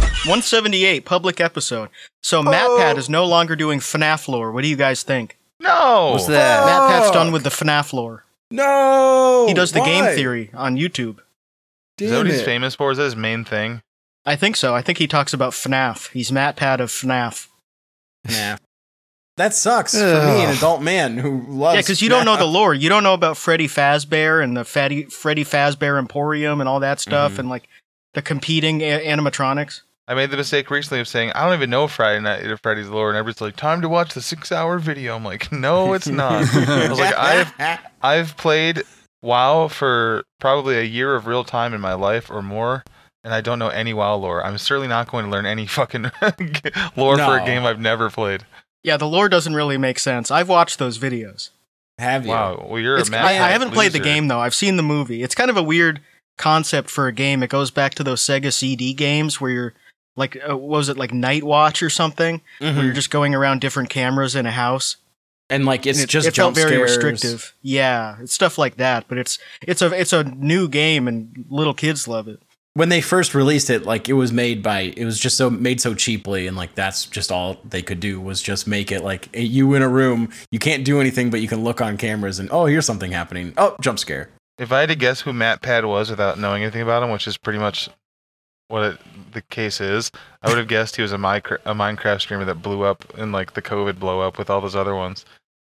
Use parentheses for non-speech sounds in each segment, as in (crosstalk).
178 public episode. So MatPat is no longer doing FNAF lore. What do you guys think? No. What's that? MatPat's done with the FNAF lore. No. He does the why? game theory on YouTube. Is that Damn what he's it. famous for? Is that his main thing? I think so. I think he talks about FNAF. He's MatPat of FNAF. Nah. That sucks for me, an Ugh. adult man who loves. yeah, because you don't know (laughs) the lore. You don't know about Freddy Fazbear and the Fatty, Freddy Fazbear Emporium and all that stuff, Mhm. and like the competing a- animatronics. I made the mistake recently of saying I don't even know Friday Night at Freddy's lore, and everybody's like, "Time to watch the six-hour video." I'm like, (laughs) (laughs) "No, it's not." I was like, "I've I've played WoW for probably a year of real time in my life or more, and I don't know any WoW lore. I'm certainly not going to learn any fucking (laughs) lore for No. a game I've never played." Yeah, the lore doesn't really make sense. I've watched those videos. have you? Wow, well, you're It's- a I, mad I haven't played the loser. game though. I've seen the movie. It's kind of a weird concept for a game. It goes back to those Sega CD games where you're like, uh, what was it like Night Watch or something, where Mm-hmm. you're Mhm. just going around different cameras in a house. And like it's And it, just it felt jump very scares. restrictive. Yeah, it's stuff like that. But it's it's a it's a new game and little kids love it. When they first released it, like it was made by it was just so made so cheaply, and like that's just all they could do was just make it like eh, you in a room, you can't do anything, but you can look on cameras and oh, here's something happening. Oh, (laughs) jump scare. If I had to guess who Matt Pad was without knowing anything about him, which is pretty much what it, the case is, I would have guessed he was a, Minecraft, a Minecraft streamer that blew up in like the COVID blow up with all those other ones.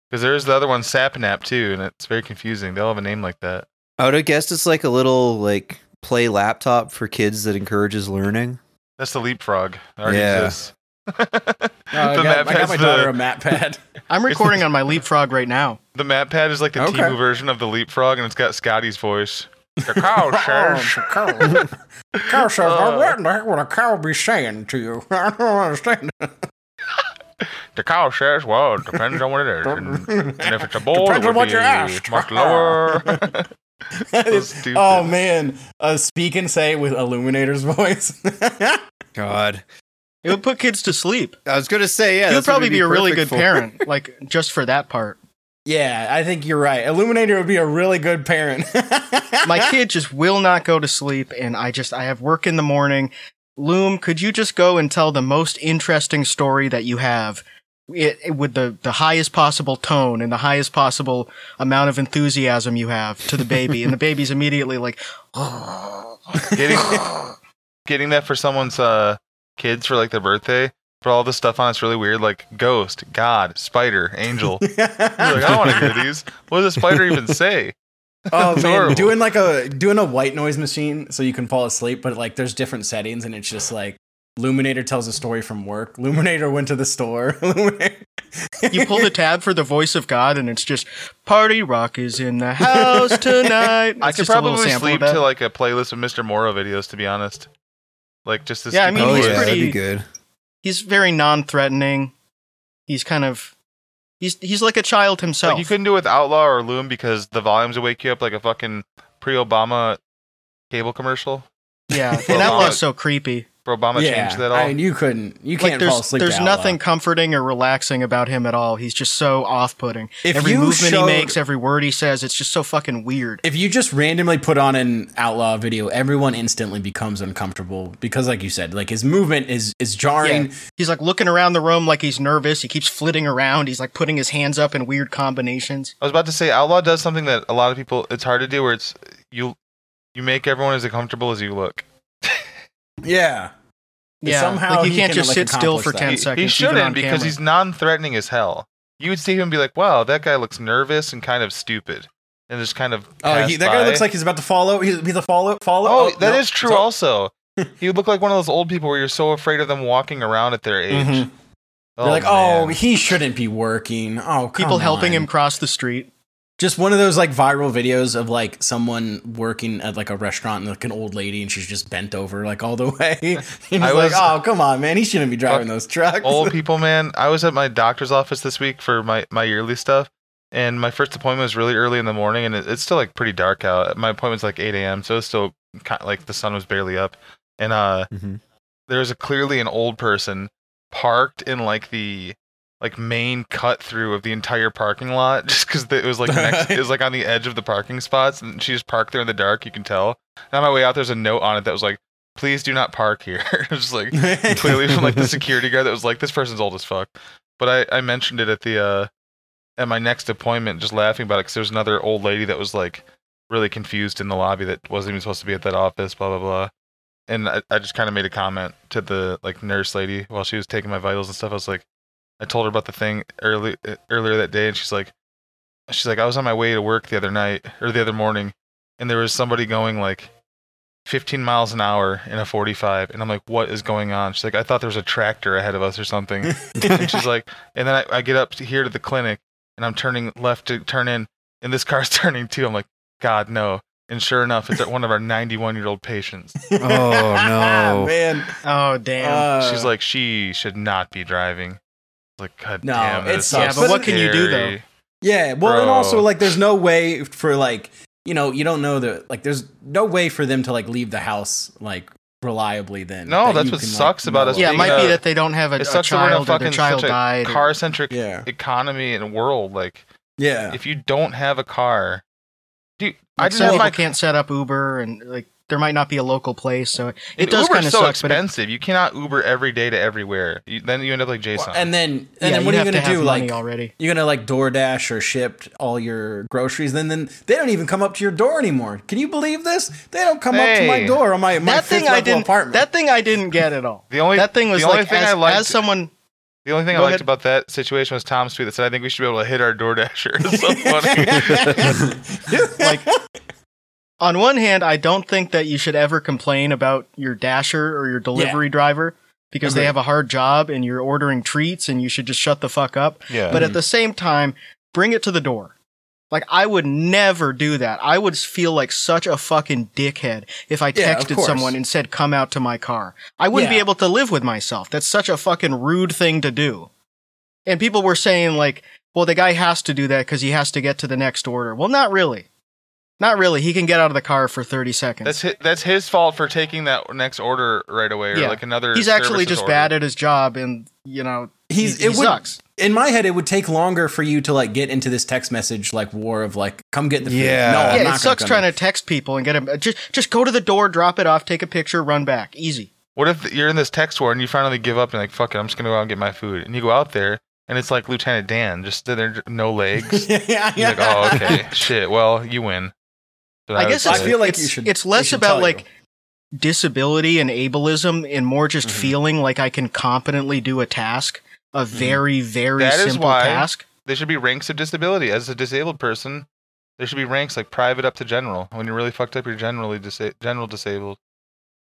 Because there is the other one, Sapnap too, and it's very confusing. They all have a name like that. I would have guessed it's like a little like play laptop for kids that encourages learning. That's the leapfrog. That already Yeah. exists. Oh, I, the got, map I got my pad's daughter a the, (laughs) map pad. (laughs) I'm recording on my Leapfrog right now. the map pad is like the Okay. Timu version of the leapfrog, and it's got Scotty's voice. (laughs) The cow says- Oh, (laughs) Cow says, Uh. what in the heck would a cow be saying to you? (laughs) I don't understand. (laughs) The cow says, well, it depends on what it is. And, and if it's a bull, Depends it on would what be you're asked. much lower. (laughs) That So is- stupid. oh man, uh, speak and say with Illuminator's (laughs) voice. God, It would put kids to sleep. I was gonna say yeah. You'd that's what probably it'd be, a really good perfect for. parent, like just for that part. yeah, I think you're right. Illuminator would be a really good parent. My kid just will not go to sleep, and I just I have work in the morning. Loom, could you just go and tell the most interesting story that you have, it, it- with the the highest possible tone and the highest possible amount of enthusiasm you have to the baby, and the baby's immediately like, getting getting that for someone's uh kids for like their birthday for all the stuff on it's really weird like ghost god spider (laughs) angel You're like, i don't want to hear these what does a spider even say oh It's man, horrible. doing like a doing a white noise machine so you can fall asleep, but like there's different settings and it's just like Illuminator tells a story from work. Illuminator went to the store. (laughs) Illuminator- you (laughs) pull the tab for the voice of God, and it's just party rock is in the house tonight. i It's could just a little probably sample of sleep that. to like a playlist of mr moro videos to be honest like just this Yeah, I mean, Oh he's yeah, pretty- that'd be good. he's very non-threatening. He's kind of he's he's like a child himself. like you couldn't do it with outlaw or loom because the volumes would wake you up like a fucking pre-obama cable commercial (laughs) yeah, Well, and that Mama- was so creepy. for obama changed that all I mean, you couldn't. You Like can't fall there's asleep. there's to nothing Outlaw. comforting or relaxing about him at all. He's just so off-putting. If every you movement showed- he makes, every word he says, it's just so fucking weird. If you just randomly put on an outlaw video, everyone instantly becomes uncomfortable because, like you said, like his movement is is jarring. He's like looking around the room like he's nervous. He keeps flitting around. He's like putting his hands up in weird combinations. I was about to say Outlaw does something that a lot of people it's hard to do where it's you you make everyone as uncomfortable as you look. Yeah, Yeah, somehow like you he can't can, just like, sit still for accomplish that. ten He, seconds. he even on shouldn't because camera. he's non-threatening as hell. You would see him and be like, "Wow, that guy looks nervous and kind of stupid." And just kind of Oh, he, pass that guy by. looks like he's about to follow. He's be the follow. Follow. Oh, that is no. true So- (laughs) also. he would look like one of those old people where you're so afraid of them walking around at their age. Mhm. Oh, You're like, oh, man. he shouldn't be working. Oh, come people helping on." him cross the street. Just one of those like viral videos of like someone working at like a restaurant and like an old lady and she's just bent over like all the (laughs) way. And he's I like, was- Uh, oh, come on, man, he shouldn't be driving those trucks. old (laughs) (laughs) people, man. I was at my doctor's office this week for my, my yearly stuff, and my first appointment was really early in the morning, and it, it's still like pretty dark out. My appointment's like 8 a.m., so it's still kind like the sun was barely up. And uh, Mhm. there was a, clearly an old person parked in like the like main cut through of the entire parking lot, (laughs) just because it was like next, it was like on the edge of the parking spots, and she just parked there in the dark. You can tell. And on my way out, there's a note on it that was like, please do not park here. (laughs) It was just like (laughs) clearly from (laughs) like the security guard that was like, this person's old as fuck. But I, I mentioned it at the uh at my next appointment, just laughing about it because there was another old lady that was like really confused in the lobby that wasn't even supposed to be at that office, blah blah blah. And I, I just kind of made a comment to the like nurse lady while she was taking my vitals and stuff. I was like, I told her about the thing early uh, earlier that day, and she's like, she's like, I was on my way to work the other night or the other morning, and there was somebody going like 15 miles an hour in a 45 and i'm like what is going on she's like i thought there was a tractor ahead of us or (laughs) something and she's like and then I, I get up to here to the clinic and i'm turning left to turn in and this car's (laughs) turning too i'm like god no and sure enough it's one of our 91 year old patients Oh, no. man. Oh damn. Uh, she's like she should not be driving like god No, damn it that's sucks. so Yeah, but what can you do, though? scary. Yeah, well, and Bro. also like, there's no way for like, you know, you don't know the like, there's no way for them to like leave the house like reliably. Then No, that that's you what can, like, sucks about know. us yeah, it being might be a- that they don't have a, it a sucks that we're in a child or fucking the child such a died. or- car-centric Yeah, economy and world like yeah, if you don't have a car dude i Like, didn't some have people my can't set up Uber, and like there might not be a local place, so it, it And does Uber's kind of so suck. expensive. you cannot Uber every day to everywhere. You, then you end up like Jason. and then and But it, yeah, then what you have are you gonna to have do? money Like, already. you're gonna like DoorDash or ship all your groceries. Then then they don't even come up to your door anymore. Can you believe this? They don't come up to my Hey. door on my my that thing fifth I level didn't. apartment. (laughs) That thing I didn't get at (laughs) all. the only that thing was the only like thing as, I liked, as someone. the only thing I Go liked ahead. about that situation was Tom's tweet that said, "I think we should be able to hit our DoorDasher." (laughs) It's so (laughs) (laughs) funny. like on one hand i don't think that you should ever complain about your dasher or your delivery driver because Agreed. they have a hard job and you're ordering treats and you should just shut the fuck up yeah, but Mm. at the same time bring it to the door like i would never do that i would feel like such a fucking dickhead if i Yeah, of texted course. someone and said come out to my car i wouldn't be Yeah. able to live with myself that's such a fucking rude thing to do and people were saying like well the guy has to do that because he has to get to the next order well not really not really he can get out of the car for 30 seconds that's his, that's his fault for taking that next order right away, or Yeah. like another. he's actually services just order. bad at his job and you know He's- he, it he would- sucks in my head, it would take longer for you to like get into this text message like war of like come get the food. Yeah. no, I'm not yeah, gonna it sucks come trying in. to text people and get them. Just, just go to the door, drop it off, take a picture, run back. Easy. What if you're in this text war and you finally give up and like, "Fuck it, I'm just gonna go out and get my food," and you go out there and it's like Lieutenant Dan, just sitting there, no (laughs) (laughs) legs. yeah, yeah, You're like, "Oh, okay, shit. Well, you win." But I guess would it's, say- I feel like it's, you should- it's they less should about tell like you. disability and ableism and more just Mhm. feeling like I can competently do a task, a Mm-hmm. very, very That is simple why- task. there should be ranks of disability. As a disabled person, there should be ranks like private up to general. When you're really fucked up, you're generally disa- general disabled.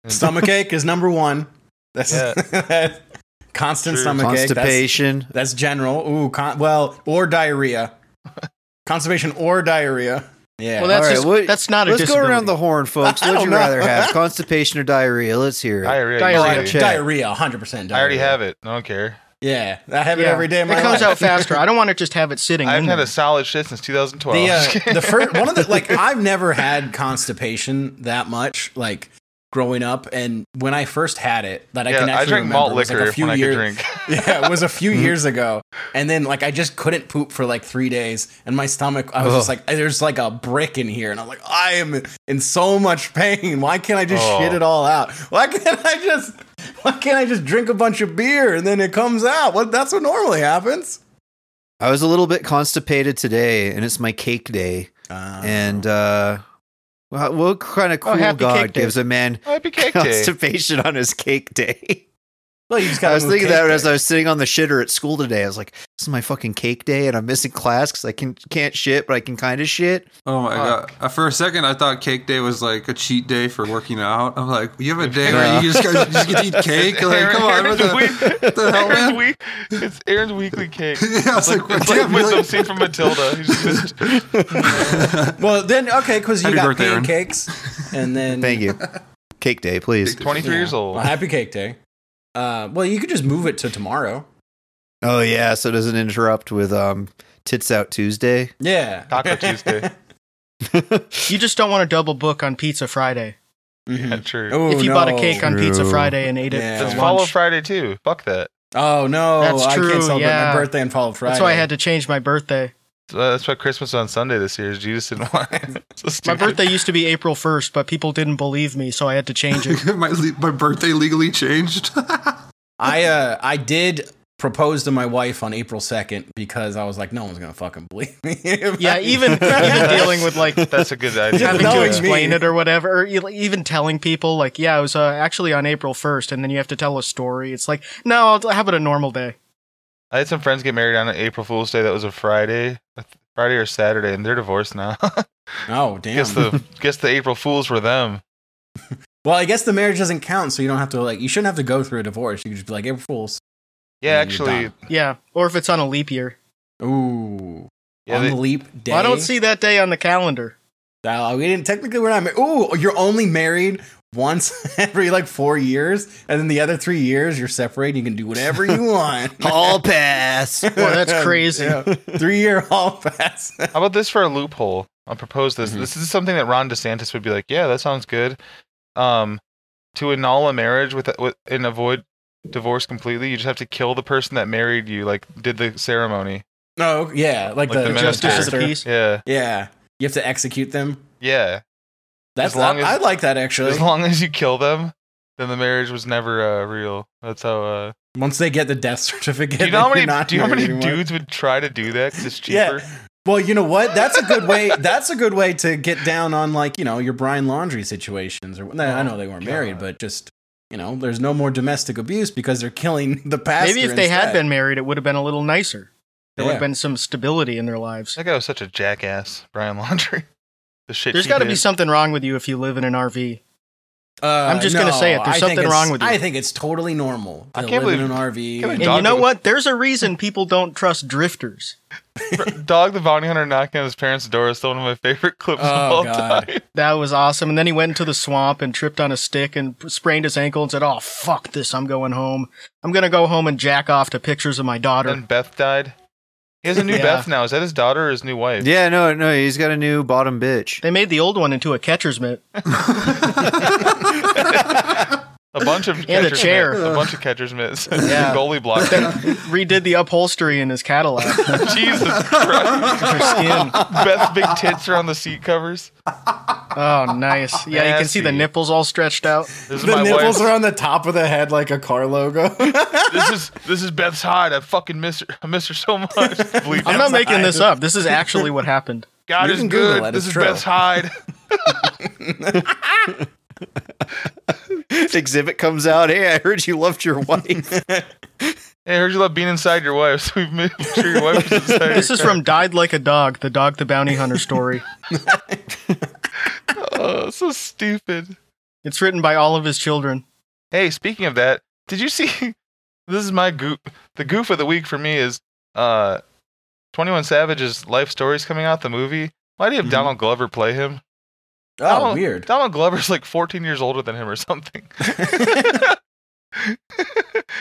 And- (laughs) Stomachache is number one. That's (laughs) constant True. stomachache. That's, Constipation. that's general. Ooh, con- well, (laughs) or diarrhea, constipation or diarrhea. Yeah. Well, that's All right, just, what- that's not a Let's go disability. around the horn, (laughs) folks. I What would don't you know. rather have? Constipation or diarrhea? Let's hear it. diarrhea. Diarrhea. easily. Alright, check. diarrhea, hundred percent. I already have it. I don't care. Yeah, I have it Yeah. every day. Of my it comes life. out faster. I don't want to just have it sitting. (laughs) I in haven't had there. a solid shit since 2012. (laughs) The, Just uh, kidding. the first one of the like I've never had constipation that much like growing up, and when I first had it, that I yeah, can I actually drank remember, malt it was, liquor like, a if few when I years- could drink. (laughs) (laughs) Mm-hmm. yeah, it was a few years ago. And then like I just couldn't poop for like three days, and my stomach I was just like, there's like a brick in here, and I'm like, I am in so much pain. Why can't I just Oh. shit it all out? Why can't I just why can't I just drink a bunch of beer and then it comes out? What that's what normally happens. I was a little bit constipated today, and it's my cake day. And uh, well, what kind of cool Oh. happy God cake day. gives a man Happy cake day. constipation on his cake day? (laughs) well, you just I gotta was move thinking that cake as there. I was sitting on the shitter at school today. I was like, "This is my fucking cake day, and I'm missing class because I can can't shit, but I can kind of shit." Oh my Fuck. god! Uh, for a second, I thought cake day was like a cheat day for working out. I'm like, you have a day Yeah. where you just, guys just get to eat cake? Like, come on, what Aaron's, (laughs) the, week- (laughs) what the hell, Aaron's man? week- It's Aaron's weekly cake. Yeah, I was like, It's like damn, with some really? scene from Matilda. He's (laughs) just- Well, then okay, because you Happy got birthday, Aaron. pancakes, and then Thank (laughs) you. cake day, please. 23 years old. Well, happy cake day. Uh, well, you could just move it to tomorrow. Oh yeah, so it doesn't interrupt with um tits out Tuesday. Yeah, Taco (laughs) Tuesday. You just don't want to double book on Pizza Friday. Yeah, true. Oh, if you no. bought a cake on Pizza True. Friday and ate it, Yeah. for It's lunch, Follow Friday too. Fuck that. Oh no, That's I true, can't celebrate yeah. my birthday on Follow Friday. that's why I had to change my birthday. Uh, that's why Christmas on Sunday this year is Jesus didn't (laughs) want. It. So My stupid. birthday used to be April 1st, but people didn't believe me, so I had to change (laughs) it. (laughs) my le- my birthday legally changed. (laughs) Mm-hmm. I uh I did propose to my wife on April second because I was like, no one's gonna fucking believe me. (laughs) if Yeah, I- even, even dealing with like (laughs) That's a good idea. having to Knowing explain me. it or whatever, or e- even telling people like, yeah, it was uh, actually on April 1st, and then you have to tell a story. It's like, no, I'll, how about a normal day? I had some friends get married on an April Fool's Day. That was a Friday, a th- Friday or Saturday, and they're divorced now. (laughs) oh damn. guess the (laughs) guess the April Fools were them. well, I guess the marriage doesn't count, so you don't have to like you shouldn't have to go through a divorce. You could just be like April Fools. Yeah, And you're actually, done. Yeah, or if it's on a leap year. Ooh. yeah, on they- the leap day. Well, I don't see that day on the calendar. Uh, we didn't technically we're not married. Ooh, you're only married once (laughs) every like four years, and then the other three years you're separated. You can do whatever (laughs) you want. (laughs) All pass. Oh, (laughs) Boy, that's crazy. Three year hall pass. (laughs) How about this for a loophole? I'll propose this. Mhm. This is something that Ron DeSantis would be like, "Yeah, that sounds good." Um, to annul a marriage with, with and avoid divorce completely, you just have to kill the person that married you, like did the ceremony. No, yeah, like, Like the, the Justice of the minister. peace. Yeah, Yeah, you have to execute them. yeah. That's As long I, as- I like that actually. As long as you kill them, then the marriage was never uh, real. That's how. (laughs) Uh... Once they get the death (laughs) certificate, Do you know how then you're many? not Do you know how many married anymore. dudes would try to do that? Because it's (laughs) Yeah. cheaper. Well, you know what? That's a good way. That's a good way to get down on like you know your Brian Laundry situations. Or no, I know they weren't married, Oh, God. but just you know, there's no more domestic abuse because they're killing the pastor. Maybe if they had instead. been married, it would have been a little nicer. There would Yeah. have been some stability in their lives. That guy was such a jackass, Brian Laundry. (laughs) The shit. There's he got to did. be something wrong with you if you live in an RV. Uh, I'm just gonna say it. There's I think something it's- wrong with you. I think it's totally normal. I to can't live believe- in an RV. can't And Dog you know with- what? There's a reason people don't trust drifters. (laughs) Dog the Bounty Hunter knocking on his parents' door is still one of my favorite clips of Oh, all God. (laughs) time. That was awesome. And then he went into the swamp and tripped on a stick and p- sprained his ankle and said, "Oh fuck this! I'm going home. I'm gonna go home and jack off to pictures of my daughter." Then Beth died. He has a new Yeah. Beth now. Is that his daughter or his new wife? yeah, no, no, he's got a new bottom bitch. (laughs) they made the old one into a catcher's mitt. A bunch (laughs) of a catchers chair. mitts. A bunch of catchers (laughs) mitts. Yeah. Goalie block. (laughs) Redid the upholstery in his Cadillac. (laughs) Jesus Christ. Her skin. Beth's big tits are on the seat covers. Oh, nice. Yeah, you can see the Nasty. nipples all stretched out. This is the my nipples wife. are on the top of the head like a (laughs) car logo. Oh. This is this is Beth's hide. I fucking miss her. I miss her so (laughs) much. Believe I'm me. not making this up. This is actually what happened. God You is can Google it, good. This it's is true. Beth's hide. (laughs) Exhibit comes out. Hey, I heard you loved (laughs) your wife. Hey, I heard you love being inside your wife, (laughs) so we've made sure your (laughs) wife is inside. This is from Died Like a Dog, the Dog the Bounty Hunter story. (laughs) oh, so stupid. It's written by all of his children. Hey, speaking of that, did you see? (laughs) This is my goof. The goof of the week for me is uh, Twenty One Savage's life stories coming out. The movie. Why do you have Mhm. Donald Glover play him? (laughs) oh, Donald, weird. Donald Glover's like 14 years older than him or something. (laughs)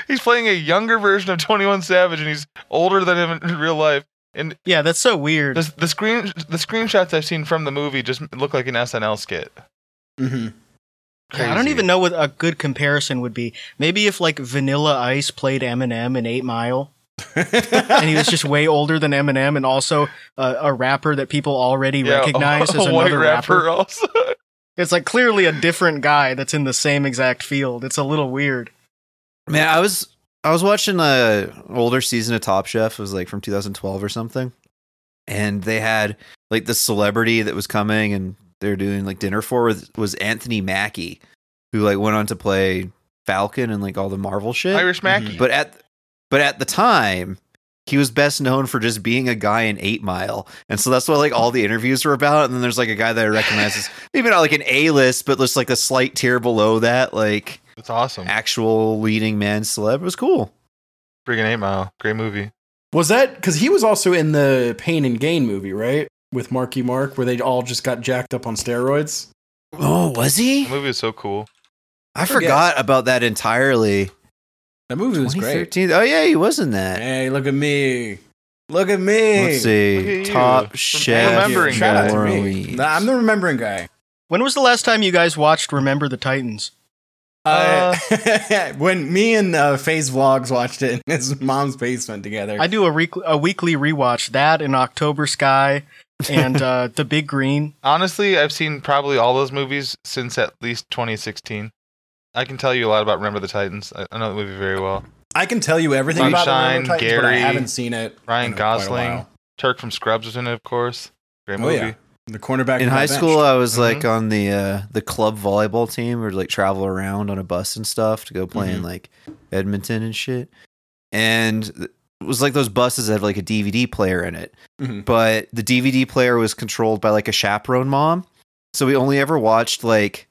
he's playing a younger version of 21 Savage and he's older than him in real life. And Yeah, that's so weird. the, the screen the screenshots I've seen from the movie just look like an SNL skit. (laughs) hmm Yeah, I don't Crazy. even know what a good comparison would be. Maybe if like Vanilla Ice played Eminem in Eight Mile, and he was just (laughs) way older than Eminem, and also uh, a rapper that people already Yeah, (laughs) a- recognize a, as white another rapper, rapper. (laughs) also. It's like clearly a different guy that's in the same exact field. It's a little weird. Man, I was I was watching a older season of Top Chef. It was like from 2012 or something, and they had like the celebrity that was coming and they were doing like dinner for with was Anthony Mackie, who like went on to play Falcon and like all the Marvel shit. Irish Mm-hmm. Mackie. But at but at the time, he was best known for just being a guy in Eight Mile, and so that's what like all the interviews were about. And then there's like a guy that I recognize as maybe not like an A list, but just like a slight tier below that, like It's awesome. actual leading man celeb. It was cool. Friggin' 8 Mile. Great movie. Was that because he was also in the Pain and Gain movie, right? With Marky Mark, where they all just got jacked up on steroids. Oh, was The he? movie is so cool. I forgot about that entirely. That movie was great. 2013. Oh yeah, he was in that. Hey, look at me! Look at me! Let's Look at see. you. Top From chef. remembering Shout out to me. Orleans. Nah, I'm the remembering guy. When was the last time you guys watched Remember the Titans? Uh, (laughs) when me and uh, Faze Vlogs watched it in his mom's basement together, I do a, re- a weekly rewatch that in October Sky and (laughs) uh, The Big Green. Honestly, I've seen probably all those movies since at least 2016. I can tell you a lot about Remember the Titans. I I know the movie very well. I can tell you everything about Sunshine, Remember the Titans, but I Gary, haven't seen it. Ryan in quite a Gosling. while. Turk from Scrubs was in it, of course. Great Oh movie. yeah, the cornerback in of my high bench. school uh, i was Mhm. Mm-hmm. like on the uh the club volleyball team or like travel around on a bus and stuff to go play Mm-hmm. in like edmonton and shit and th- it was like those buses that have like a dvd player in it Mm-hmm. Mhm. but the dvd player was controlled by like a chaperone mom so we only ever watched like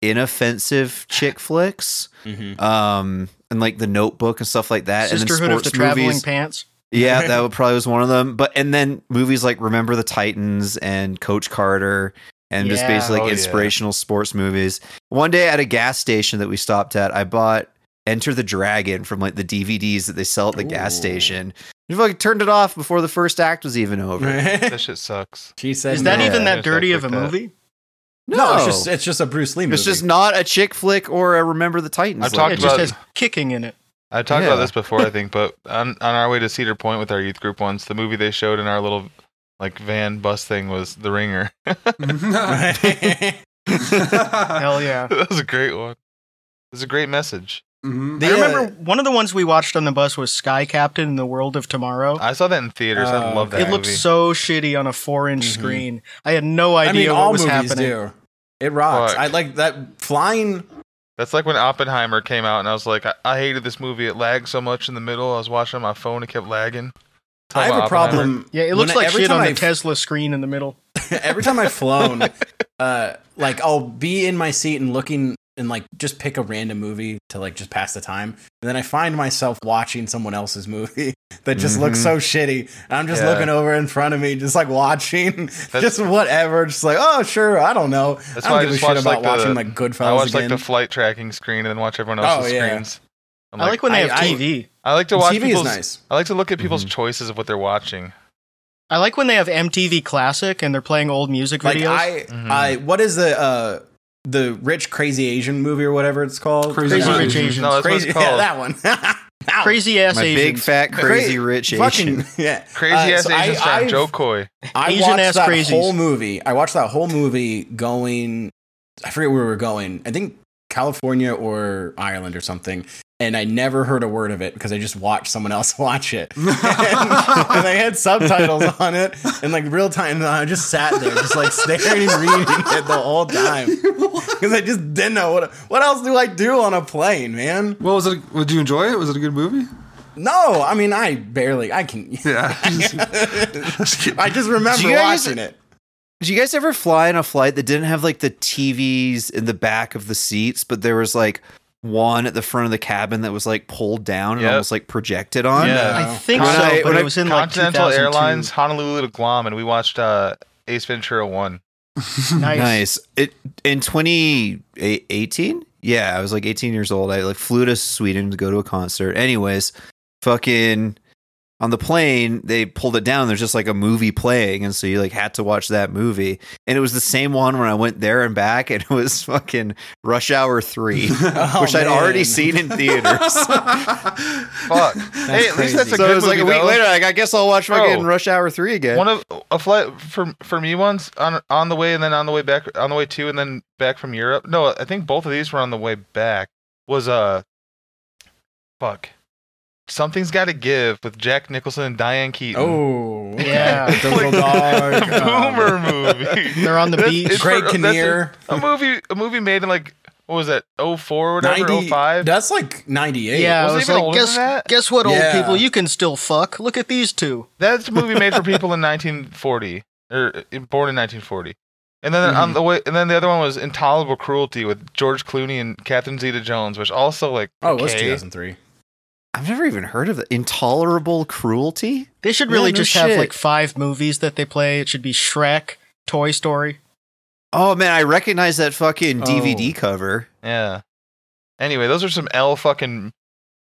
inoffensive chick flicks Mhm. um and like the notebook and stuff like that Mm-hmm. Sisterhood and then of sports the Traveling movies Pants. (laughs) yeah, that would probably was one of them. But and then movies like Remember the Titans and Coach Carter and just Yeah. basically Oh, like yeah. inspirational sports movies. One day at a gas station that we stopped at, I bought Enter the Dragon from like the DVDs that they sell at the gas Ooh. station. You fucking turned it off before the first act was (laughs) even over. That shit sucks. she said, Is that Yeah. even Yeah, that dirty stuff of a like that. movie? No, No, it's it's just just it's just a Bruce Lee movie. it's just not a chick flick or a Remember the Titans. I've It talked just about- has kicking in it. I talked about Yeah. this before, I think, but on, on our way to Cedar Point with our youth group once, the movie they showed in our little like van bus thing was The Ringer. (laughs) (laughs) uh, Hell yeah. that was a great one. It was a great message. Mhm. I They, uh, remember one of the ones we watched on the bus was Sky Captain in the World of Tomorrow. I saw that in theaters. I Oh, love that okay. it looked movie. so shitty on a four-inch Mhm. screen. I had no I idea mean, what all was movies happening. do. It rocks. Fuck. I like that flying. That's like when Oppenheimer came out, and I was like, I, I hated this movie. It lagged so much in the middle. I was watching it on my phone; it kept lagging. Tell I have my a problem. Yeah, it when looks I- like every shit time on the I- Tesla screen in the middle. (laughs) every time (laughs) I've flown, uh, like I'll be in my seat and looking and like just pick a random movie to like just pass the time, and then I find myself watching someone else's movie (laughs) that just looks Mhm. so shitty, and I'm just Mm-hmm. Yeah. looking over in front of me, just like watching, (laughs) just whatever, just like oh sure, I don't know, That's I don't why I give a just shit watch, about like, the- watching like I Goodfellas watch again. like the flight tracking screen and then watch everyone Oh, else's yeah. screens. I'm I like when they have I- I- TV. I like to watch TV is people's. nice. I like to look at people's choices of what they're watching. I like when they have MTV Classic and they're playing old music Like videos. I, Mhm. I what is the uh the rich crazy Asian movie or whatever it's called? Crazy Crazy Rich Rich Asians. Asians. No, Oh, that's crazy, what it's yeah, called. that one. (laughs) That one. Crazy ass my big Asians. fat crazy rich Asian. Fucking, yeah. (laughs) Crazy Uh, ass so Asian I- star I've- Joe Coy. I Asian watched ass that crazies. whole movie. I watched that whole movie going. I forget where we were going. I think California or Ireland or something. And I never heard a word of it because I just watched someone else (laughs) (laughs) watch it. and, and they had subtitles on it and like real time. And I just sat there, just like staring and reading it the (laughs) whole time because I just didn't know what what else do I do on a plane, man. What was it? Did you enjoy it? Was it a good movie? No, I mean I barely. I can. Yeah. (laughs) I just remember Do you guys- watching it. Did you guys ever fly on a flight that didn't have like the TVs in the back of the seats, but there was like one at the front of the cabin that was like pulled down and Yep. almost like projected on? Yeah. I think When so, I- but when I- it was in like Continental 2002. Airlines, Honolulu to Guam, and we watched uh, Ace Ventura One. (laughs) Nice. Nice. It in 2018? Yeah, I was like 18 years old. I like flew to Sweden to go to a concert. Anyways, fucking on the plane, they pulled it down. There's just like a movie playing, and so you like had to watch that movie. And it was the same one when I went there and back, and it was fucking Rush Hour 3. Oh, which I'd already man. seen in theaters. (laughs) Fuck. (laughs) hey, at least that's crazy. a so good it was like movie. a week though. later. Like, I guess I'll watch fucking Bro. Rush Hour Three again. One of a flight for for me once on on the way and then on the way back on the way to and then back from Europe. No, I think both of these were on the way back. Was uh, fuck, something's got to give with Jack Nicholson and Diane Keaton. Oh Yeah. the little (laughs) dog, a (laughs) boomer movie. They're on the That's- beach. it's Greg for- that's Kinnear, A, (laughs) a movie, a movie made in like what was that? 04 or whatever, 90, 05? That's like ninety eight. Yeah, Was I it was even like, older than guess that? guess what, Yeah. old people, you can still fuck. Look at these two. That's a movie (laughs) made for people in 1940 or uh, born in 1940. And then Mm-hmm. on the way, and then the other one was Intolerable Cruelty with George Clooney and Catherine Zeta-Jones, which also like Oh, it was okay. two thousand three. I've never even heard of it. Intolerable cruelty. They should Yeah, really no just shit. have like five movies that they play. It should be Shrek, Toy Story. Oh man, I recognize that fucking DVD cover. yeah. Anyway, those are some L fucking.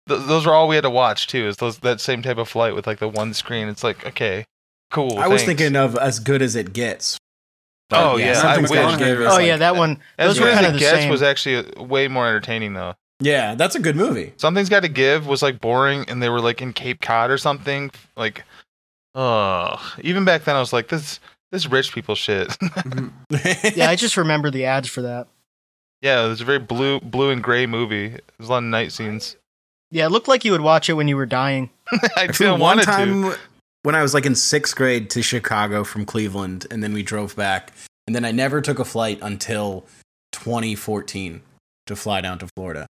Th- those are all we had to watch too. Is those that same type of flight with like the one screen? It's like okay, cool. I was uh, thanks. thinking of as good as it gets. Oh, yeah, I something's gotta wish. give us, Oh like- yeah, that one. As Those good were as kind it of the gets same. was actually uh, way more entertaining though. yeah, that's a good movie. Something's Got to Give was like boring, and they were like in Cape Cod or something. Like, oh, even back then I was like, this this rich people shit. (laughs) yeah, I just remember the ads for that. yeah, it was a very blue blue and gray movie. There's a lot of night scenes. (laughs) Yeah, it looked like you would watch it when you were dying. I Actually, didn't one want to. time when I was like in sixth grade to Chicago from Cleveland, and then we drove back, and then I never took a flight until 2014 to fly down to Florida,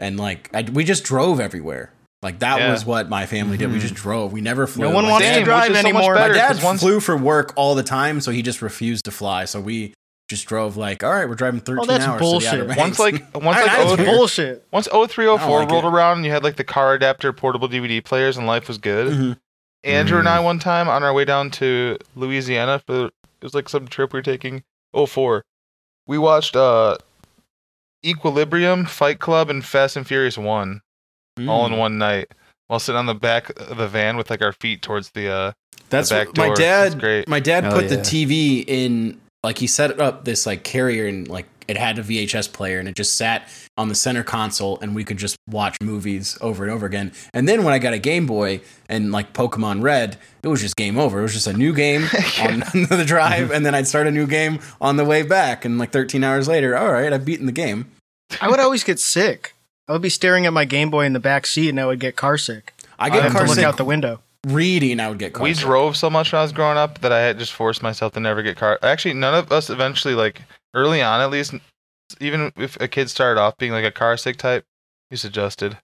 and like I, we just drove everywhere. Like that Yeah. Mm-hmm. was what my family did. We Mhm. just drove. We never flew. No one Like, wants Damn, to drive which is so much anymore. better. My dad 'cause once- flew for work all the time, so he just refused to fly. So we just drove like, all right, we're driving 13 that's hours. To the bullshit. Outer Once Banks." like (laughs) once like I- That's Oh, oh, okay. bullshit. (laughs) once 0304 I don't like rolled it. around and you had like the car adapter portable DVD players and life was good. Mhm. Andrew and Mm. I one time on our way down to Louisiana for it was like some trip we were taking. Oh four, we watched uh Equilibrium, Fight Club, and Fast and Furious One all Mm. in one night while sitting on the back of the van with like our feet towards the uh That's the back what- my door. dad. That's great. My dad Hell put the yeah. TV in like he set it up this like carrier and like it had a VHS player and it just sat on the center console and we could just watch movies over and over again. And then when I got a Game Boy and like Pokemon Red, it was just game over. It was just a (laughs) new game on (laughs) the drive and then I'd start a new game on the way back and like 13 hours later, all right, I've beaten the game. I would always get sick. I would be staring at my Game Boy in the back seat, and I would get car sick. I I get have car to look sick out the window. reading, I would get car we sick. drove so much when I was growing up that I had just forced myself to never get car. Actually, none of us eventually, like early on at least, even if a kid started off being like a car sick type, he's adjusted.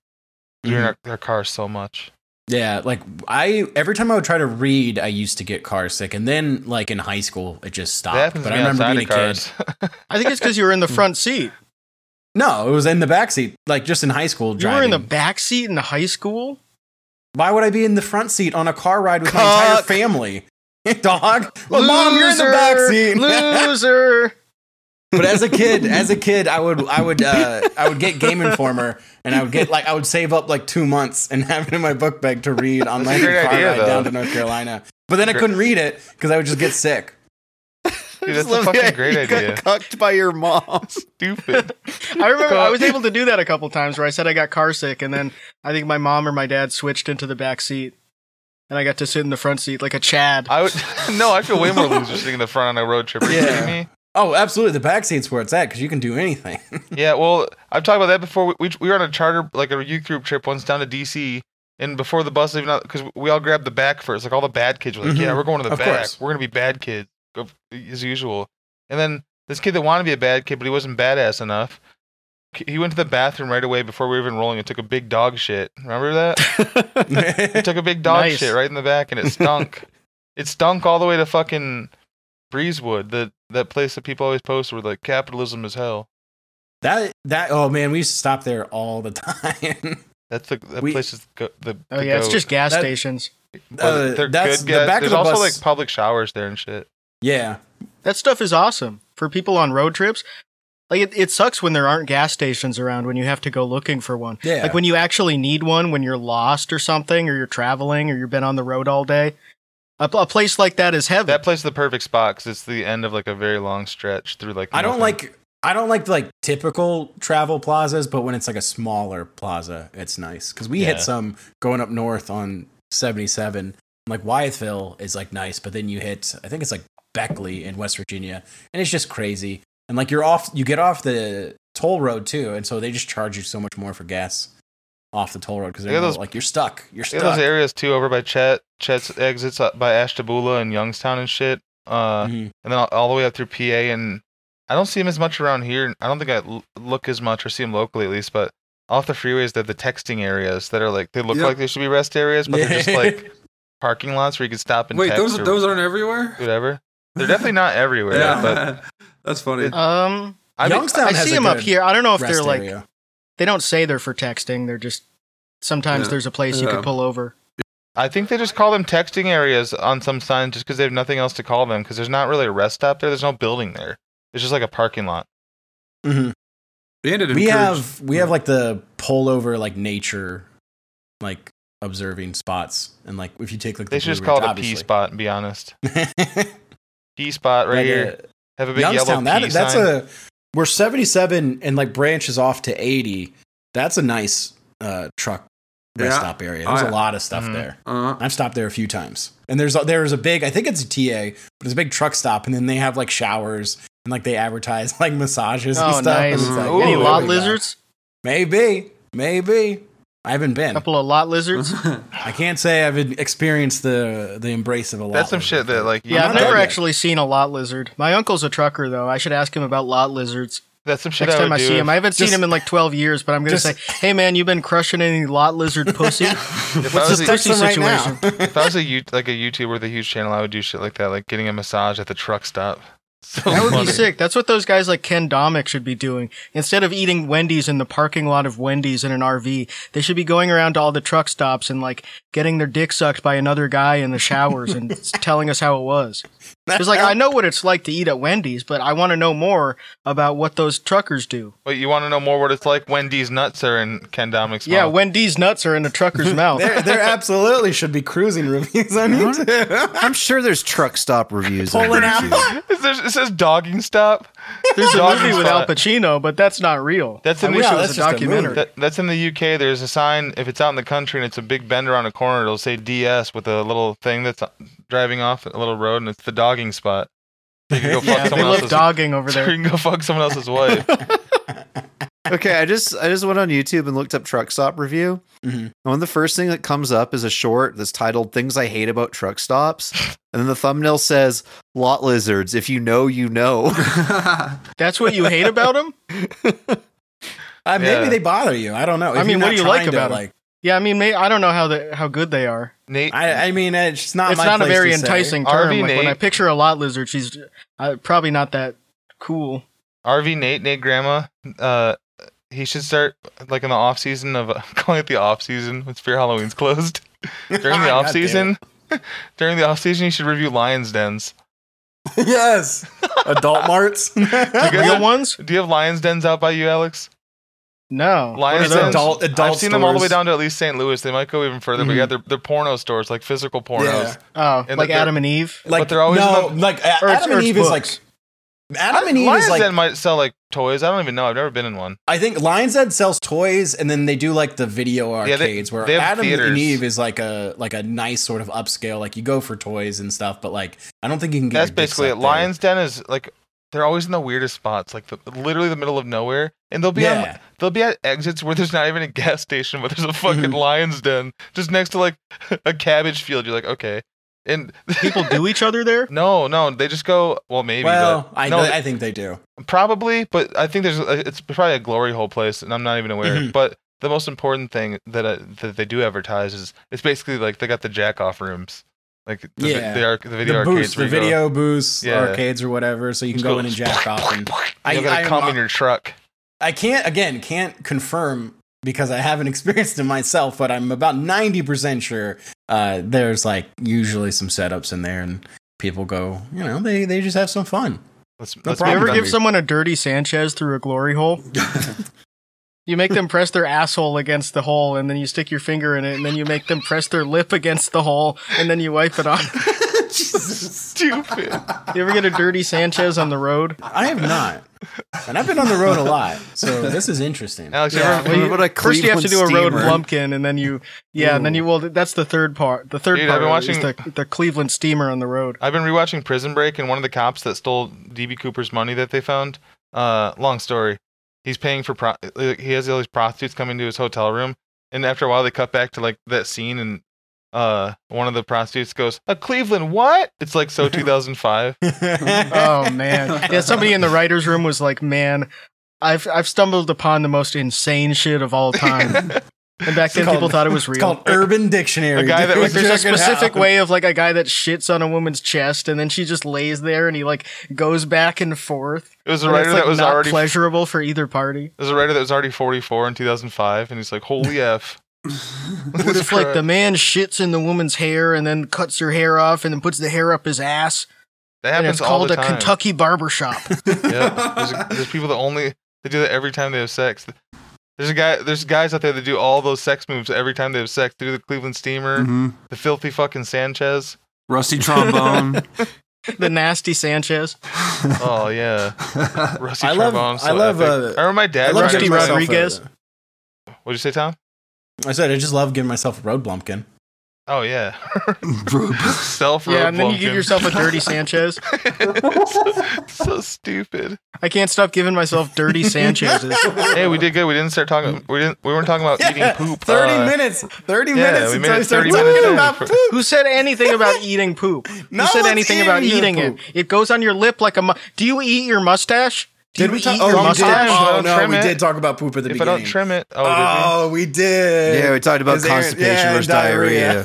We were in our, Mm-hmm. our car so much. Yeah, like I every time I would try to read, I used to get car sick, and then like in high school, it just stopped. that happens to but me I remember outside being of a kid. cars. I think it's because you were in the front seat. No, it was in the backseat, like just in high school. You Driving. were in the back seat in high school. Why would I be in the front seat on a car ride with my entire Cuck. family? (laughs) Dog. Well, mom, you're in the back Loser! seat. (laughs) Loser. but as a kid, as a kid, I would, I would, uh, I would get Game Informer, and I would get like, I would save up like two months and have it in my book bag to read on my That's a great car idea, ride though. down to North Carolina. But then I Great- couldn't read it because I would just get sick. Dude, that's a fucking great idea. Cucked by your mom. (laughs) Stupid. I remember Cuck. I was able to do that a couple times where I said I got car sick, and then I think my mom or my dad switched into the back seat, and I got to sit in the front seat like a Chad. I would (laughs) no. I feel way more loser sitting in the front on a road trip. Are you Yeah. kidding me? Oh, absolutely. The backseat's where it's at because you can do anything. (laughs) Yeah, well, I've talked about that before. We, we, we were on a charter, like a youth group trip once down to DC, and before the bus even out, because we all grabbed the back first. Like all the bad kids were like, Mhm. "Yeah, we're going to the Of back. course. We're gonna be bad kids go- as usual." And then this kid that wanted to be a bad kid, but he wasn't badass enough. k- He went to the bathroom right away before we were even rolling and took a big dog shit. Remember that? He took a big dog Nice. shit right in the back, and it stunk. it stunk all the way to fucking Breezewood, the that place that people always post where like capitalism is hell. that that oh man, we used to stop there all the (laughs) time. That's the that We- place is go, the. oh the yeah, it's goat. just gas That- stations. Well, Uh, they're that's good the gas- back of There's the also bus- like public showers there and shit. yeah, That stuff is awesome for people on road trips. Like it, it sucks when there aren't gas stations around when you have to go looking for one. Yeah. Like when you actually need one when you're lost or something, or you're traveling, or you've been on the road all day. A, a place like that is heaven. That place is the perfect spot because it's the end of like a very long stretch through like. I don't nothing. like I don't like like typical travel plazas, but when it's like a smaller plaza, it's nice because we Yeah. had some going up north on seventy seven. Like Wyethville is like nice, but then you hit I think it's like Beckley in West Virginia, and it's just crazy. And like you're off, you get off the toll road too, and so they just charge you so much more for gas off the toll road because They they're got those- like you're stuck, you're They have stuck. those areas too over by Chet Chet's exits up by Ashtabula and Youngstown and shit. Uh, Mm-hmm. Mhm. and then all, all the way up through PA and I don't see them as much around here. I don't think I l- look as much or see them locally at least, but. Off the freeways, they have the texting areas that are like they look Yep. like they should be rest areas, but they're just Yeah. (laughs) like parking lots where you can stop and Wait, text those or those aren't everywhere. (laughs) whatever. They're definitely not everywhere, but that's funny. It- um, I mean, Youngstown I has see a them up good here. I don't know if they're rest like area. they don't say they're for texting. They're just sometimes Yeah. there's a place you Yeah. could pull over. I think they just call them texting areas on some signs just because they have nothing else to call them because there's not really a rest stop there. There's no building there. It's just like a parking lot. Mhm. and it we encouraged- have we have like the pull over like nature like observing spots and like if you take like the They should just Blue call Ridge, it a P (laughs) obviously. spot and be honest. P spot right Like, here. uh, Have a big yellow Youngstown. That, peace that's sign. a we're 77 and like branches off to 80. That's a nice uh, truck rest Yeah. stop area. There's I- a lot of stuff Mhm. there. (laughs) Uh, I've stopped there a few times. And there's a- there's a big I think it's a TA, but it's a big truck stop and then they have like showers and like they advertise (laughs) like massages and Oh, stuff. and nice. it's like, Ooh. Any yeah, there lot we go. lizards? Maybe. Maybe. I haven't A been. couple of lot lizards? I can't say I've experienced the the embrace of a lot. That's some of it. shit that like you- Yeah, I'm I've not never dead yet. actually seen a lot lizard. My uncle's a trucker, though. I should ask him about lot lizards that's some shit next I would time I do see if- him. I haven't seen Just- him in like 12 years, but I'm going to Just- say, hey, man, you been crushing any lot (laughs) lizard pussy? if I What's was this a, pussy Text him right situation? if I was a you- like a YouTuber with a huge channel, I would do shit like that, like getting a massage at the truck stop. (laughs) So That would funny. be sick. That's what those guys like Ken Domick should be doing. Instead of eating Wendy's in the parking lot of Wendy's in an RV, they should be going around to all the truck stops and like getting their dick sucked by another guy in the showers (laughs) and s- telling us how it was. Because like I know what it's like to eat at Wendy's, but I want to know more about what those truckers do. Wait, you want to know more what it's like? Wendy's nuts are in Ken Dominick's Yeah, mouth. Wendy's nuts are in a (laughs) trucker's mouth. (laughs) there, there absolutely should be cruising reviews on YouTube. I'm sure there's truck stop reviews. on Pulling out. YouTube. Is there- it says dogging stop. There's a Dog is movie with Al flat. Pacino, but that's not real. That's I an wish issue. it That's was a just a documentary. That, that's in the UK. There's a sign if it's out in the country and it's a big bend around a corner, it'll say DS with a little thing that's uh, driving off a little road, and it's the dogging spot. You can go (laughs) fuck yeah, they someone love else's. (laughs) dogging over you there. can go fuck someone else's wife. (laughs) okay, I just I just went on YouTube and looked up truck stop review. Mm-hmm. Mhm. And one of the first thing that comes up is a short that's titled "Things I Hate About (laughs) Truck Stops," and then the thumbnail says "Lot Lizards." If you know, (laughs) you know. That's what you hate about him? Uh, maybe Yeah. they bother you. I don't know. I If mean, you're what not do you like trying to, about 'em? like? Yeah, I mean, may, I don't know how the, how good they are. Nate, I, I mean, it's not. it's my not a place very to say. enticing RV term. Like, when Nate. I picture a lot lizard, she's uh, probably not that cool. RV Nate, Nate Grandma, uh, he should start like in the off season of (laughs) calling it the off season. It's fear Halloween's closed. (laughs) During the God off season, (laughs) during the off season, you should review lions dens. (laughs) yes, adult marts. (laughs) (laughs) You guys Real have- ones? Do you have lions dens out by you, Alex? No. Lions It's dens. adult- adult I've seen them all the way stores. down to at least St. Louis. They might go even further. But Mhm. yeah, they're, they're porno stores, like physical pornos. Oh, And like they're- Adam and Eve. like they're always no, in like A- Or it's- Adam or and it's Eve books. is like Adam and Eve Lions is like Den might sell like toys. I don't even know. I've never been in one. I think Lion's Head sells toys, and then they do like the video Yeah, they- arcades where they have Adam and theaters. Eve is like a like a nice sort of upscale. Like you go for toys and stuff, but like I don't think you can get. That's your dick basically it. sucked there. Lions Den is like they're always in the weirdest spots, like the, literally the middle of nowhere, and they'll be on- Yeah. they'll be at exits where there's not even a gas station, but there's a fucking (laughs) Lions Den just next to like a cabbage field. You're like, okay, and (laughs) People do each other there. no, no, they just go. Well, maybe. Well, but, I no, I think they do. probably, but I think there's a, it's probably a glory hole place, and I'm not even aware. Mhm. But the most important thing that uh, that they do advertise is it's basically like they got the jack off rooms, like the, Yeah. the, the, arc- the video the arcades, boost, where the you go- video boost Yeah. arcades or whatever, so you can Just go go- (laughs) in and jack off. And I, You're gonna I, come in your truck. I can't again can't confirm because I haven't (laughs) experienced it myself, but I'm about ninety percent sure uh, there's like usually some setups in there, and people go, you know, they they just have some fun. Let's, No let's You problem. ever Probably. give someone a dirty Sanchez through a glory (laughs) hole? You make them press their asshole against the hole, and then you stick your finger in it, and then you make them press their lip against the hole, and then you wipe it (laughs) off. stupid. (laughs) You ever get a dirty Sanchez on the road? I have not, and I've been on the road a lot, (laughs) so this is interesting. Alex, you Yeah, ever- what about a First, you have to do a road Cleveland steamer? blumpkin, and then you, yeah, and then you. Well, that's the third part. The third Dude, I've part been is watching- the, the Cleveland steamer on the road. I've been rewatching Prison Break, and one of the cops that stole DB Cooper's money that they found. Uh, long story. He's paying for pro- uh, he has all these prostitutes coming to his hotel room, and after a while they cut back to like that scene, and uh, one of the prostitutes goes, "A Cleveland what?" It's (laughs) like so 2005. Oh man, yeah. Somebody in the writers' room was like, "Man, I've I've stumbled upon the most insane shit of all time." And back then, called- people thought it was It's real. called Urban Dictionary. A (laughs) guy that dude. Like, there's a Check it specific out. way of like a guy that shits on a woman's chest, and then she just lays there, and he like goes back and forth. It was a And writer it's, like, that was not already it pleasurable for either party. was a writer that was already 44 in 2005, and he's (laughs) like, "Holy f." What if like the man shits in the woman's hair and then cuts her hair off and then puts the hair up his ass? that And it's happens all called the a time. Kentucky barber shop. (laughs) yeah, (laughs) there's, there's people that only they do that every time they have sex. There's a guy. There's guys out there that do all those sex moves every time they have Mm-hmm. sex. They do the Cleveland Steamer, Mhm. the filthy fucking Sanchez. Rusty trombone. the nasty Sanchez. Oh yeah, Rusty (laughs) I love- Trabon's so I love, epic. uh, I remember my I dad. love Rusty riding giving around- myself a- Rodriguez. What'd you say, Tom? I said I just love giving myself a road blumpkin. Oh yeah, (laughs) (laughs) Bro, self. Yeah, and then you give yourself a (laughs) dirty Sanchez. (laughs) so (laughs) stupid. I can't stop giving myself dirty Sanchez's. Hey, we did good. We didn't start talking. We didn't. We weren't talking about eating poop. Thirty Uh, minutes. Thirty yeah, minutes we made until it I started 30 minutes talking in about for- poop. Who said anything about eating poop? No Who said one's anything about eating your eating it? poop. It goes on your lip like a. Mu- Do you eat your mustache? Do Did you we talk? eat your Oh, we did. mustache? If I Oh don't no, trim we it- did talk about poop at the If I beginning. don't trim it, oh, did oh, we did. Yeah, we talked about 'Cause Aaron- constipation yeah, versus diarrhea,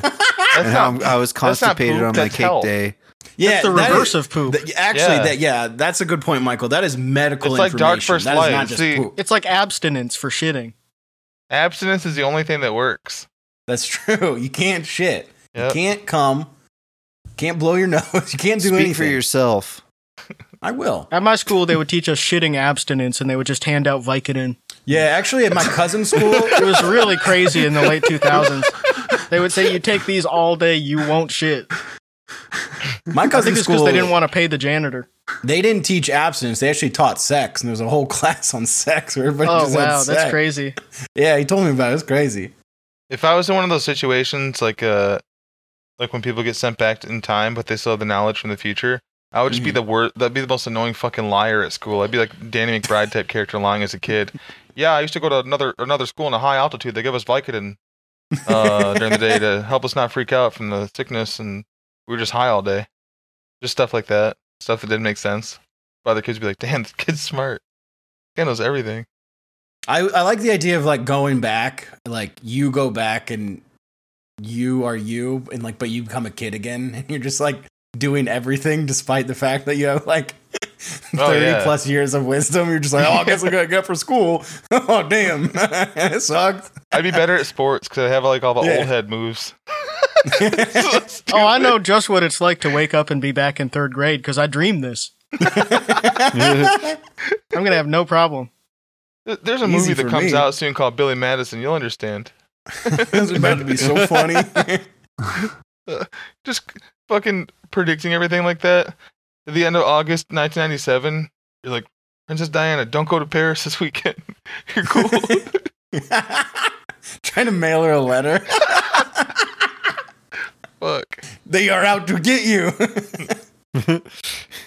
diarrhea. we? (laughs) and That's how not. I'm- I was that's not constipated poop, on my that's cake health. day. (laughs) Yeah, That's the that reverse is- of poop. that- actually, Yeah. that yeah, that's a good point, Michael. That is medical. It's like dark information. first That is light. not just See- poop. It's like abstinence for shitting. Abstinence is the only thing that works. That's (laughs) true. You can't shit. Yep. You can't come. Can't blow your (laughs) nose. You can't do anything. Speak for yourself. I will. At my school, they would teach us shitting abstinence, and they would just hand out Vicodin. Yeah, actually, at my cousin's school, It was really crazy in the late 2000s. They would say, "You take these all day, you won't shit." my I think cousin's it's school, because they didn't want to pay the janitor. they didn't teach abstinence. They actually taught sex, and there was a whole (laughs) class on sex where everybody Oh just had wow, sex. that's crazy. Yeah, he told me about it. It's crazy. If I was in one of those situations, like uh, like when people get sent back in time, but they still have the knowledge from the future, I would just be the worst. That'd be the most annoying fucking liar at school. I'd be like Danny McBride type character lying as a kid. Yeah, I used to go to another another school in a high altitude. They give us Vicodin uh, during the day to help us not freak out from the sickness, and we were just high all day. Just stuff like that, stuff that didn't make sense. But other kids would be like, "Damn, this kid's smart. He knows everything." I, I like the idea of like going back, like you go back and you are you, and like, but you become a kid again, (laughs) and you're just like doing everything despite the fact that you have (laughs) like 30 yeah. plus years of wisdom. You're just like, oh, I guess I gotta get for school. (laughs) oh, damn. (laughs) it sucked. I'd be better at sports because I have like all the Yeah. old head (laughs) moves. (laughs) Oh, I know just what it's like to wake up and be back in third grade because I dreamed this. I'm gonna have no problem. Th- There's a Easy movie for that comes me. out soon called Billy Madison. You'll understand. This is about to be so funny. Just fucking predicting everything like that. At the end of August 1997, you're like, Princess Diana, don't go to Paris this weekend. (laughs) You're (laughs) cool. (laughs) Trying to mail her a letter. (laughs) Fuck. they are out to get you. (laughs)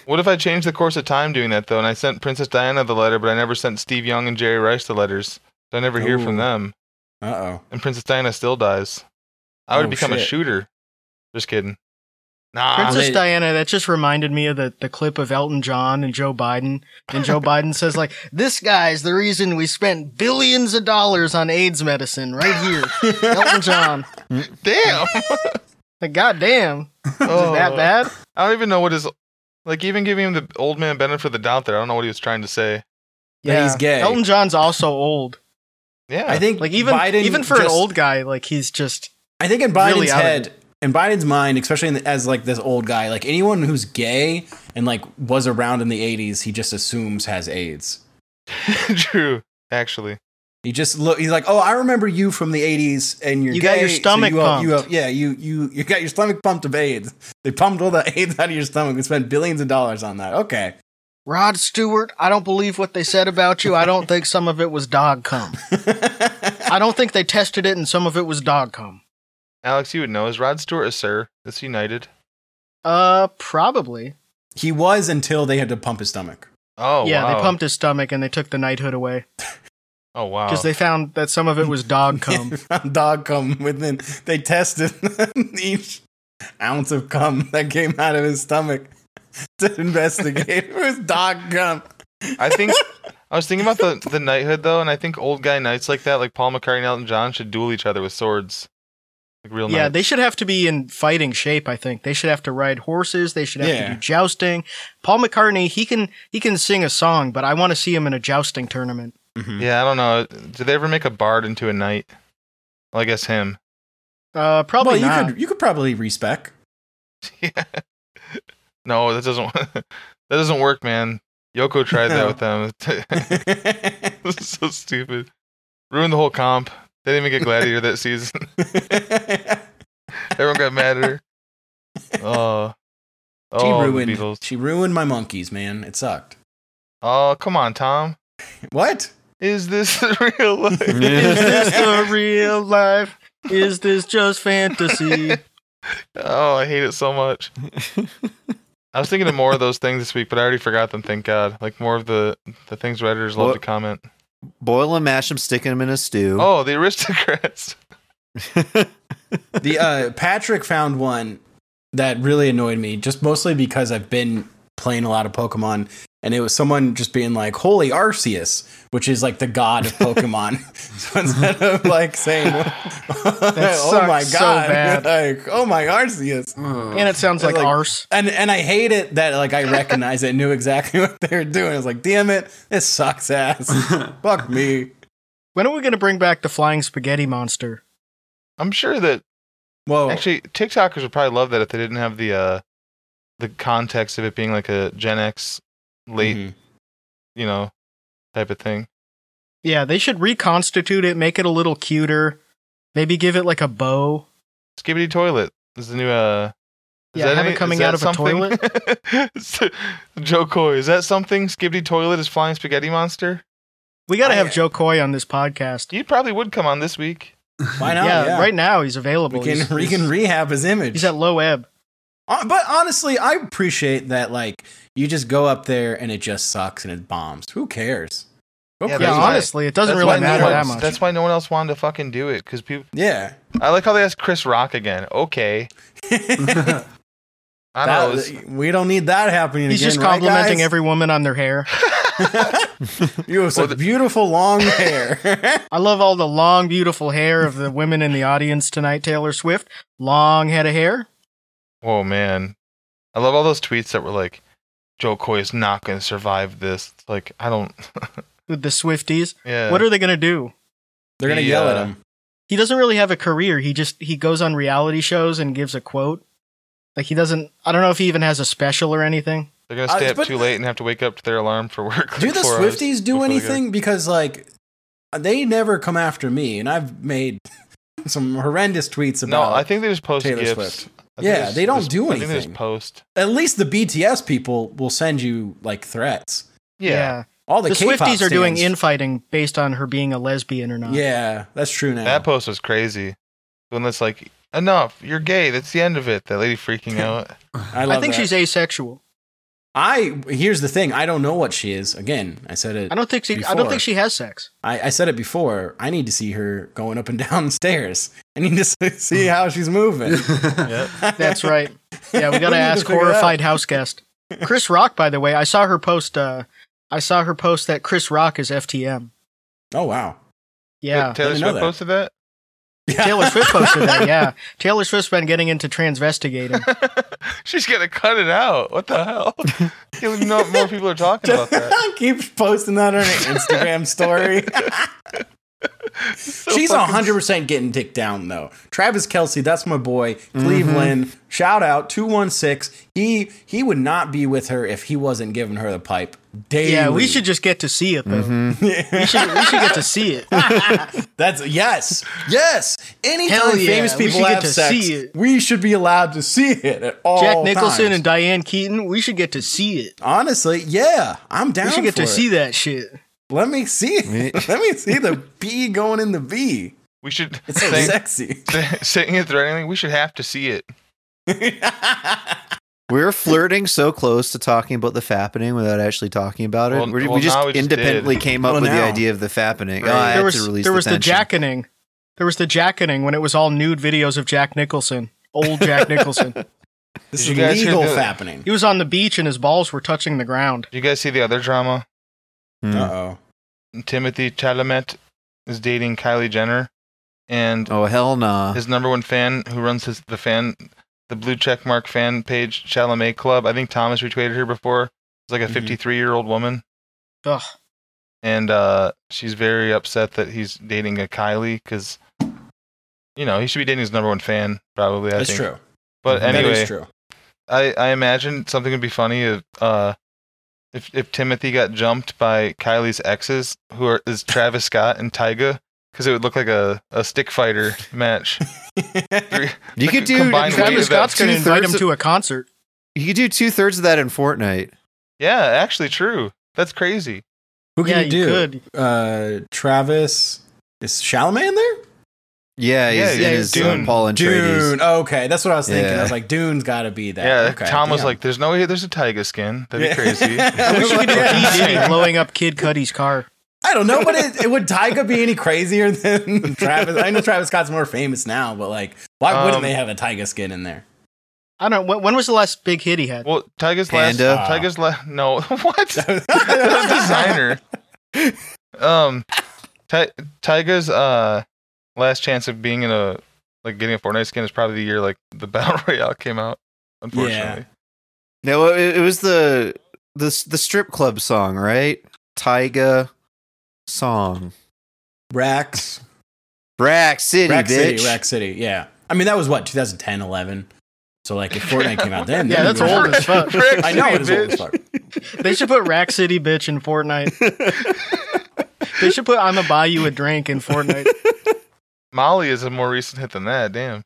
What if I changed the course of time doing that though, and I sent Princess Diana the letter, but I never sent Steve Young and Jerry Rice the letters, so I never hear from Ooh. them, uh oh. and Princess Diana still dies. I would Oh, become a shit. shooter. Just kidding. Nah. Princess they- Diana, that just reminded me of the, the clip of Elton John and Joe Biden. And Joe Biden says, like, this guy's the reason we spent billions of dollars on AIDS medicine right here. Elton John. (laughs) (laughs) Damn. Like, goddamn. Is it that Oh. bad? I don't even know what his like even giving him the old man benefit of the doubt there. I don't know what he was trying to say. That he's gay. Elton John's also old. Yeah. I think Like even Biden even for an just- old guy, like he's just I think in Biden's really out of head, in Biden's mind, especially in the, as like this old guy, like anyone who's gay and like was around in the '80s, he just assumes has AIDS. (laughs) True. Actually. He just look. He's like, oh, I remember you from the '80s, and you're You got gay, your so stomach you have- you pumped." have- yeah, you you you got your stomach pumped of AIDS. They pumped all the (laughs) AIDS out of your stomach. and spent billions of dollars on that. Okay, Rod Stewart, I don't believe what they said about you. I don't think some of it was dog (laughs) cum. I don't think they tested it and some of it was dog cum. Alex, you would know. Is Rod Stewart a sir? Is United? Uh probably. he was until they had to pump his stomach. Oh yeah, wow. they pumped his stomach and they took the knighthood away Oh wow. because they found that some of it was dog (laughs) cum. Dog cum within. They tested (laughs) each ounce of cum that came out of his stomach (laughs) to investigate. it was dog cum. (laughs) I think I was thinking about the the knighthood though, and I think old guy knights like that, like Paul McCartney and Elton John, should duel each other with swords. Like real yeah, knights. they should have to be in fighting shape. I think they should have to ride horses. They should have Yeah. to do jousting. Paul McCartney, he can he can sing a song, but I want to see him in a jousting tournament. Mm-hmm. yeah, I don't know. Did they ever make a bard into a knight? Well, I guess him. Uh, probably well, not. you could you could probably respec. (laughs) (laughs) No, that doesn't (laughs) that doesn't work, man. Yoko tried that with them. (laughs) This is so stupid. Ruined the whole comp. They didn't even get Gladiator that season. (laughs) Everyone got mad at her. Oh, She Oh, the ruined. Beatles. She ruined my monkeys, man. It sucked. Oh, come on, Tom. What? Is this (laughs) real life? (laughs) Is this (laughs) the real life? Is this just fantasy? oh, I hate it so much. I was thinking of more of those things this week, but I already forgot them. Thank God. Like more of the the things writers love Well- to comment. Boil them, mash them, stick them in a stew. Oh, the aristocrats. (laughs) the uh, Patrick found one that really annoyed me, just mostly because I've been playing a lot of Pokemon, and it was someone just being like, "Holy Arceus," which is like the god of (laughs) Pokemon. (laughs) so instead of like saying, (laughs) "Oh my god," sucks so bad. (laughs) like, "Oh my Arceus." (laughs) and it sounds like, Like- arse. And and I hate it that like I recognize it, knew exactly (laughs) what they were doing. I was like, damn it, this sucks ass. Fuck me. When are we going to bring back the flying spaghetti monster? I'm sure that Oh. Whoa. Actually, TikTokers would probably love that if they didn't have the uh, the context of it being like a Gen X late, Mhm. Mm-hmm. you know, type of thing. Yeah, they should reconstitute it, make it a little cuter, maybe give it like a bow. Skibbity toilet is the new. Uh, is Yeah, that have it any- coming is out that of a (laughs) toilet. something? (laughs) Joe Coy, is that something? Skibbity toilet is flying spaghetti monster. We got to I- have Joe Coy on this podcast. You probably would come on this week. Why not? yeah, Yeah. right now he's available. We can, he's, we can rehab his image. he's at low ebb. Uh, But honestly, I appreciate that. Like, you just go up there and it just sucks and it bombs. Who cares? Go Yeah, crazy. Yeah, that's why- honestly, it doesn't That's really why no matter one- that much. That's why no one else wanted to fucking do it because people. yeah. I like how they asked Chris Rock again. Okay, (laughs) I don't know. (laughs) That- it was- we don't need that happening. he's again, just right, complimenting guys? every woman on their hair. You have Well, such the- (laughs) beautiful long hair. (laughs) I love all the long, beautiful hair of the women in the audience tonight. Taylor Swift, long head of hair. Oh man, I love all those tweets that were like, "Joe Coy is not going to survive this." It's like I don't. with the Swifties. Yeah. What are they gonna do? They're gonna The, yell at uh, him. He doesn't really have a career. He just he goes on reality shows and gives a quote. Like he doesn't. I don't know if he even has a special or anything. They're going to stay Uh, up but- too late and have to wake up to their alarm for work. (laughs) Do like, the four hours Swifties do before they go. anything? Because like, they never come after me, and I've made (laughs) some horrendous tweets No, about. I think they just post Taylor gifs. Swift. I think Yeah, just- they don't just- do I think they just anything. post. at least the BTS people will send you like threats. Yeah. All the, The, K-pop Swifties are doing stands- infighting based on her being a lesbian or not. Yeah, that's true now. that post was crazy. When it's like, enough, you're gay. That's the end of it. That lady (laughs) freaking out. I love I think that. she's asexual. I here's the thing. I don't know what she is. Again, I said it. I don't think she. I don't Before. think she has sex. I, I said it before. I need to see her going up and (laughs) down stairs. I need to (laughs) see- see how she's moving. yep. (laughs) That's right. Yeah, (laughs) we gotta need to ask figure it horrified house guest Chris Rock. By the way, I saw her post. uh I saw her post that Chris Rock is FTM. Oh wow. Yeah, Taylor didn't know Swift that. posted that? (laughs) Yeah. Taylor Swift (laughs) posted that. Yeah, Taylor Swift's been getting into transvestigating. She's going to cut it out. What the (laughs) hell? you know, more people are talking about that. keeps posting that (laughs) on her Instagram story. (laughs) She's fucking- hundred percent getting dicked down though. Travis Kelsey, that's my boy. Mm-hmm. Cleveland, shout out two one six. He he would not be with her if he wasn't giving her the pipe. Daily. Yeah, we should just get to see it though. Mm-hmm. (laughs) we, should, we should get to see it. That's yes, yes. Anytime Hell yeah, famous we people should get have to sex, see it. we should be allowed to see it at all. Jack Nicholson times. and Diane Keaton, we should get to see it. honestly, yeah, I'm down. We should get for to it. see that shit. Let me see. it. (laughs) Let me see the B going in the V. We should It's so thank- sexy. (laughs) (laughs) saying it threateningly, we should have to see it. We're flirting so close to talking about the fappening without actually talking about it. Well- We're- we well, just now we just independently did. came up Well, with the now. idea of the fappening. Right. Oh, I had There to was release there the was the, tension. jackening. There was the jackening when it was all nude videos of Jack Nicholson. Old (laughs) Jack Nicholson. This Did is you guys hear legal the- happening. he was on the beach and his balls were touching the ground. Did you guys see the other drama? Mm-hmm. Hmm. Uh oh. Timothy Chalamet is dating Kylie Jenner, and Oh hell Uh-huh. nah. his number one fan, who runs his the fan, the blue check mark fan page, Chalamet Club. I think Thomas retweeted her before. It's like a Mhm. 53 year old woman, Ugh. and uh, she's very upset that he's dating a Kylie because, you know, he should be dating his number one fan probably. I That's think. true. But anyway, that (laughs) is true. I, I imagine something would be funny if uh if if Timothy got jumped by Kylie's exes, who are is Travis Scott and Tyga, because it would look like a, a stick (laughs) fighter match. Three- You like could do combined Travis weight Travis of that. Scott's gonna invite two-thirds him of- to a concert. You could do two thirds of that in Fortnite. Yeah, actually, true. That's crazy. Who can yeah, you do? could. Uh, Travis is Chalamet in there? Yeah, he's Yeah, in yeah, his Dune. um, Paul Atreides. Dune. Okay, that's what I was thinking. Yeah. I was like, Dune's got to be that. yeah, okay, Tom was damn. like, "There's no way. There's a tiger skin. That'd be Yeah. (laughs) crazy." I wish you (laughs) could do Yeah. P. (laughs) Diddy blowing up Kid Cudi's car. I don't know, but it, (laughs) it would Tyga be any crazier than Travis? I know Travis Scott's more famous now, but like, why Um, wouldn't they have a Tyga skin in (laughs) there? I don't. When, when was the last big hit he had? Well, Tiger's Panda. last. Tiger's last. No, (laughs) what? That's a designer. Um, Ti- Tiger's uh last chance of being in a like getting a Fortnite skin is probably the year like the (laughs) Battle Royale came out. Unfortunately, No, it, it was the the the strip club song, right? Tyga song. Rax, Brack City, Rack bitch. City, Rack City. Yeah, I mean that was what 2010, 11. So like, if Fortnite came (laughs) out then, Yeah, then that's we were- old as fuck. Frick, I know it was old (laughs) as bitch. fuck. They should put Rack City Bitch in Fortnite. they should put I'ma buy you a drink in Fortnite. Molly is a more recent hit than that. Damn.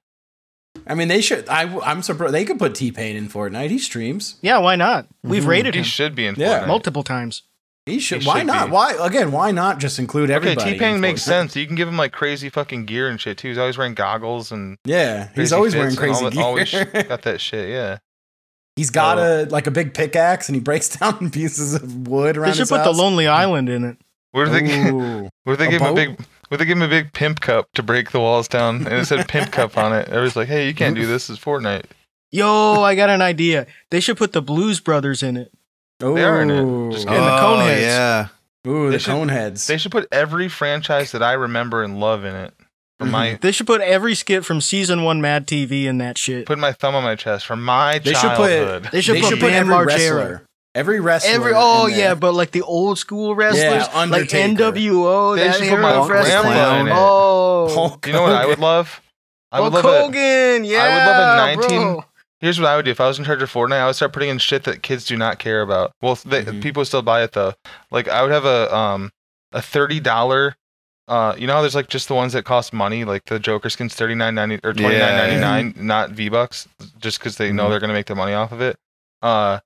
I mean, they should. I, am surprised they could put T Pain in Fortnite. He streams. Yeah, why not? We've Mhm. rated He him should be in Yeah. Fortnite. multiple times. He should. He why should not? be. Why again? Why not just include Okay, everybody? T in Pain makes Fortnite? sense. You can give him like crazy fucking gear and shit too. He's always wearing goggles and Yeah, he's crazy always fits wearing and crazy all that- gear. Always got that shit. Yeah. He's got a like a big pickaxe, and he breaks (laughs) down pieces of wood around They should his put house. the Lonely Island in it. Where do they? Ooh. Would they A give him a boat? big? Would they give him a big pimp cup to break the walls down? And it said pimp cup on it. Everybody's like, "Hey, you can't do this. It's Fortnite." Yo, I got an idea. They should put the Blues Brothers in it. They are in it. (laughs) Ooh. Just kidding. And the oh, Coneheads. yeah. Ooh, They the should- Coneheads. They should put every franchise that I remember and love in it. For Mm-hmm. my They should put every skit from season one Mad TV in that shit. putting my thumb on my chest for my They should put- childhood. They should They put should Bam every Margera. wrestler. Every wrestler. Every oh in there. yeah, but like the old school wrestlers, like Undertaker. NWO, They that should put era my of grandpa wrestling. in it. Oh, (laughs) Hulk you know what I would Hogan. love? I would Hulk love it. Hogan, yeah, I would love a 19 bro. Here's what I would do if I was in charge of Fortnite. I would start putting in shit that kids do not care about. Well, they, Mhm. people still buy it though. Like I would have a um a thirty dollar. Uh, you know how there's like just the ones that cost money, like the Joker skins thirty nine ninety or Yeah. twenty nine ninety nine, not V bucks, just because they know Mhm. they're gonna make their money off of it. Uh,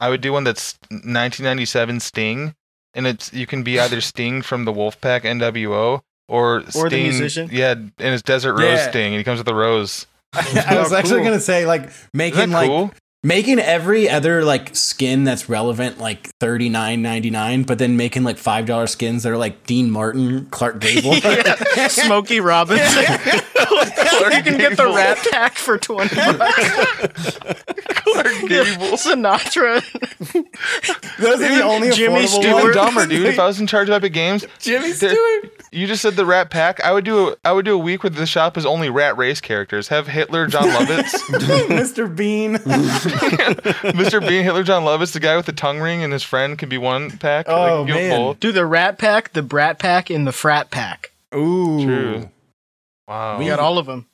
I would do one that's nineteen ninety seven Sting, and it's you can be either Sting from the Wolfpack NWO or Sting, the musician? yeah, and it's Desert Rose Yeah. Sting, and he comes with a rose. I was Oh, actually cool. gonna say like Isn't making that like cool? making every other like skin that's relevant like thirty nine ninety nine, but then making like five dollar skins that are like Dean Martin, (laughs) Clark Gable. (laughs) Yeah. (laughs) Smokey Robinson. you can get the Gable. Rat Pack for twenty bucks. Gable. Sinatra. Those are the only Jimmy affordable Stewart. Even ones. dumber, dude. If I was in charge of Epic Games, Jimmy There- Stewart. you just said the Rat Pack. I would do a, I would do a week where the shop is only Rat Race characters. Have Hitler, John (laughs) Lovitz, Mr. Bean. Mr. Bean, Hitler, John Lovitz, the guy with the tongue ring, and his friend could be one pack. Oh, give 'em man. both. Do the Rat Pack, the Brat Pack, and the Frat Pack. Ooh. True. Wow. We Oh. got all of them.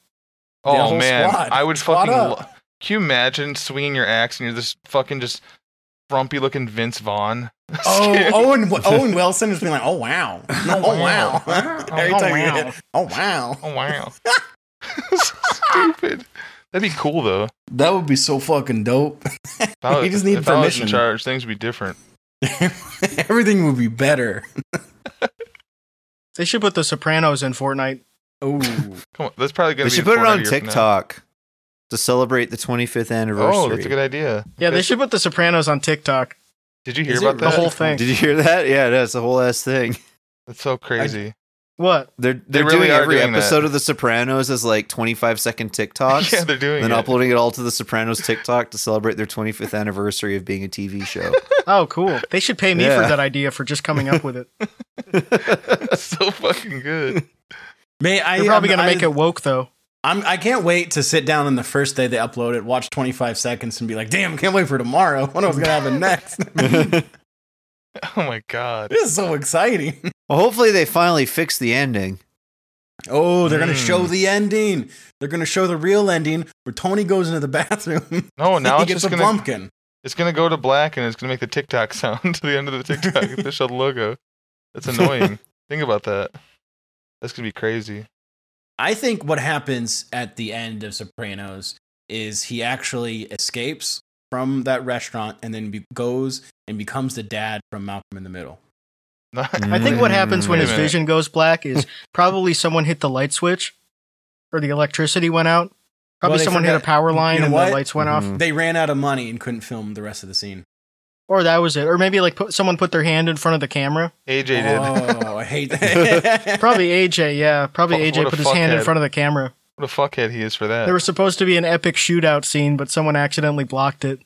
the oh whole man, squad. I would Squad fucking. up. Lo- Can you imagine swinging your axe and you're this fucking just frumpy looking Vince Vaughn? Oh, Owen Owen Wilson has been like, oh wow, no, oh wow, (laughs) every Oh, time you wow. hit, oh wow, Oh (laughs) wow. Stupid. That'd be cool though. that would be so fucking dope. (laughs) If I was- You just need if I was in permission. charge, things would be different. Everything would be better. They should put the Sopranos in Fortnite. Oh, Come on, that's probably gonna. They be should the put it Fortnite on year from now. TikTok to celebrate the 25th anniversary. Oh, that's a good idea. Yeah, they That's- should put the Sopranos on TikTok. Did you hear Is it about The that? really? whole thing. Did you hear that? Yeah, that's the whole ass thing. That's so crazy. What? They're they're really doing are every doing that. episode of The Sopranos as like (laughs) 25 second TikToks. yeah, they're (laughs) doing then it. uploading it all to the Sopranos TikTok to celebrate their 25th anniversary of being a TV show. (laughs) Oh, cool. They should pay me for Yeah. that idea for just coming up with it. That's so fucking good. (laughs) man, (laughs) I, They're probably I'm- going to I- make it woke, though. I'm, I can't wait to sit down on the first day they upload it, watch 25 seconds, and be like, damn, can't wait for tomorrow. (laughs) What was gonna happen next? (laughs) Oh my god. this is so exciting. well, hopefully they finally fix the ending. Oh, they're gonna show Mm. the ending. They're gonna show the real ending where Tony goes into the bathroom. No, Oh, now (laughs) he it's gets just a gonna pumpkin. it's gonna go to black and it's gonna make the TikTok (laughs) sound to the end of the TikTok official logo. That's annoying. Think about that. That's gonna be crazy. (laughs) I think what happens at the end of Sopranos is he actually escapes from that restaurant and then be- goes and becomes the dad from Malcolm in the Middle. I think what happens when Mm-hmm. Wait a his minute. vision goes black (laughs) is probably someone hit the light switch or the electricity went out. Probably Well, they someone hit a forgot- power line you know and what? the lights went off. Mm-hmm. Mhm. They ran out of money and couldn't film the rest of the scene. Or that was it. Or maybe like put, someone put their hand in front of the camera. AJ did. Oh, I hate (laughs) (laughs) that. Probably AJ, yeah. Probably What- what AJ a put his hand in fuckhead. front of the camera. (laughs) what a fuckhead he is for that. There was supposed to be an epic shootout scene, but someone accidentally blocked it.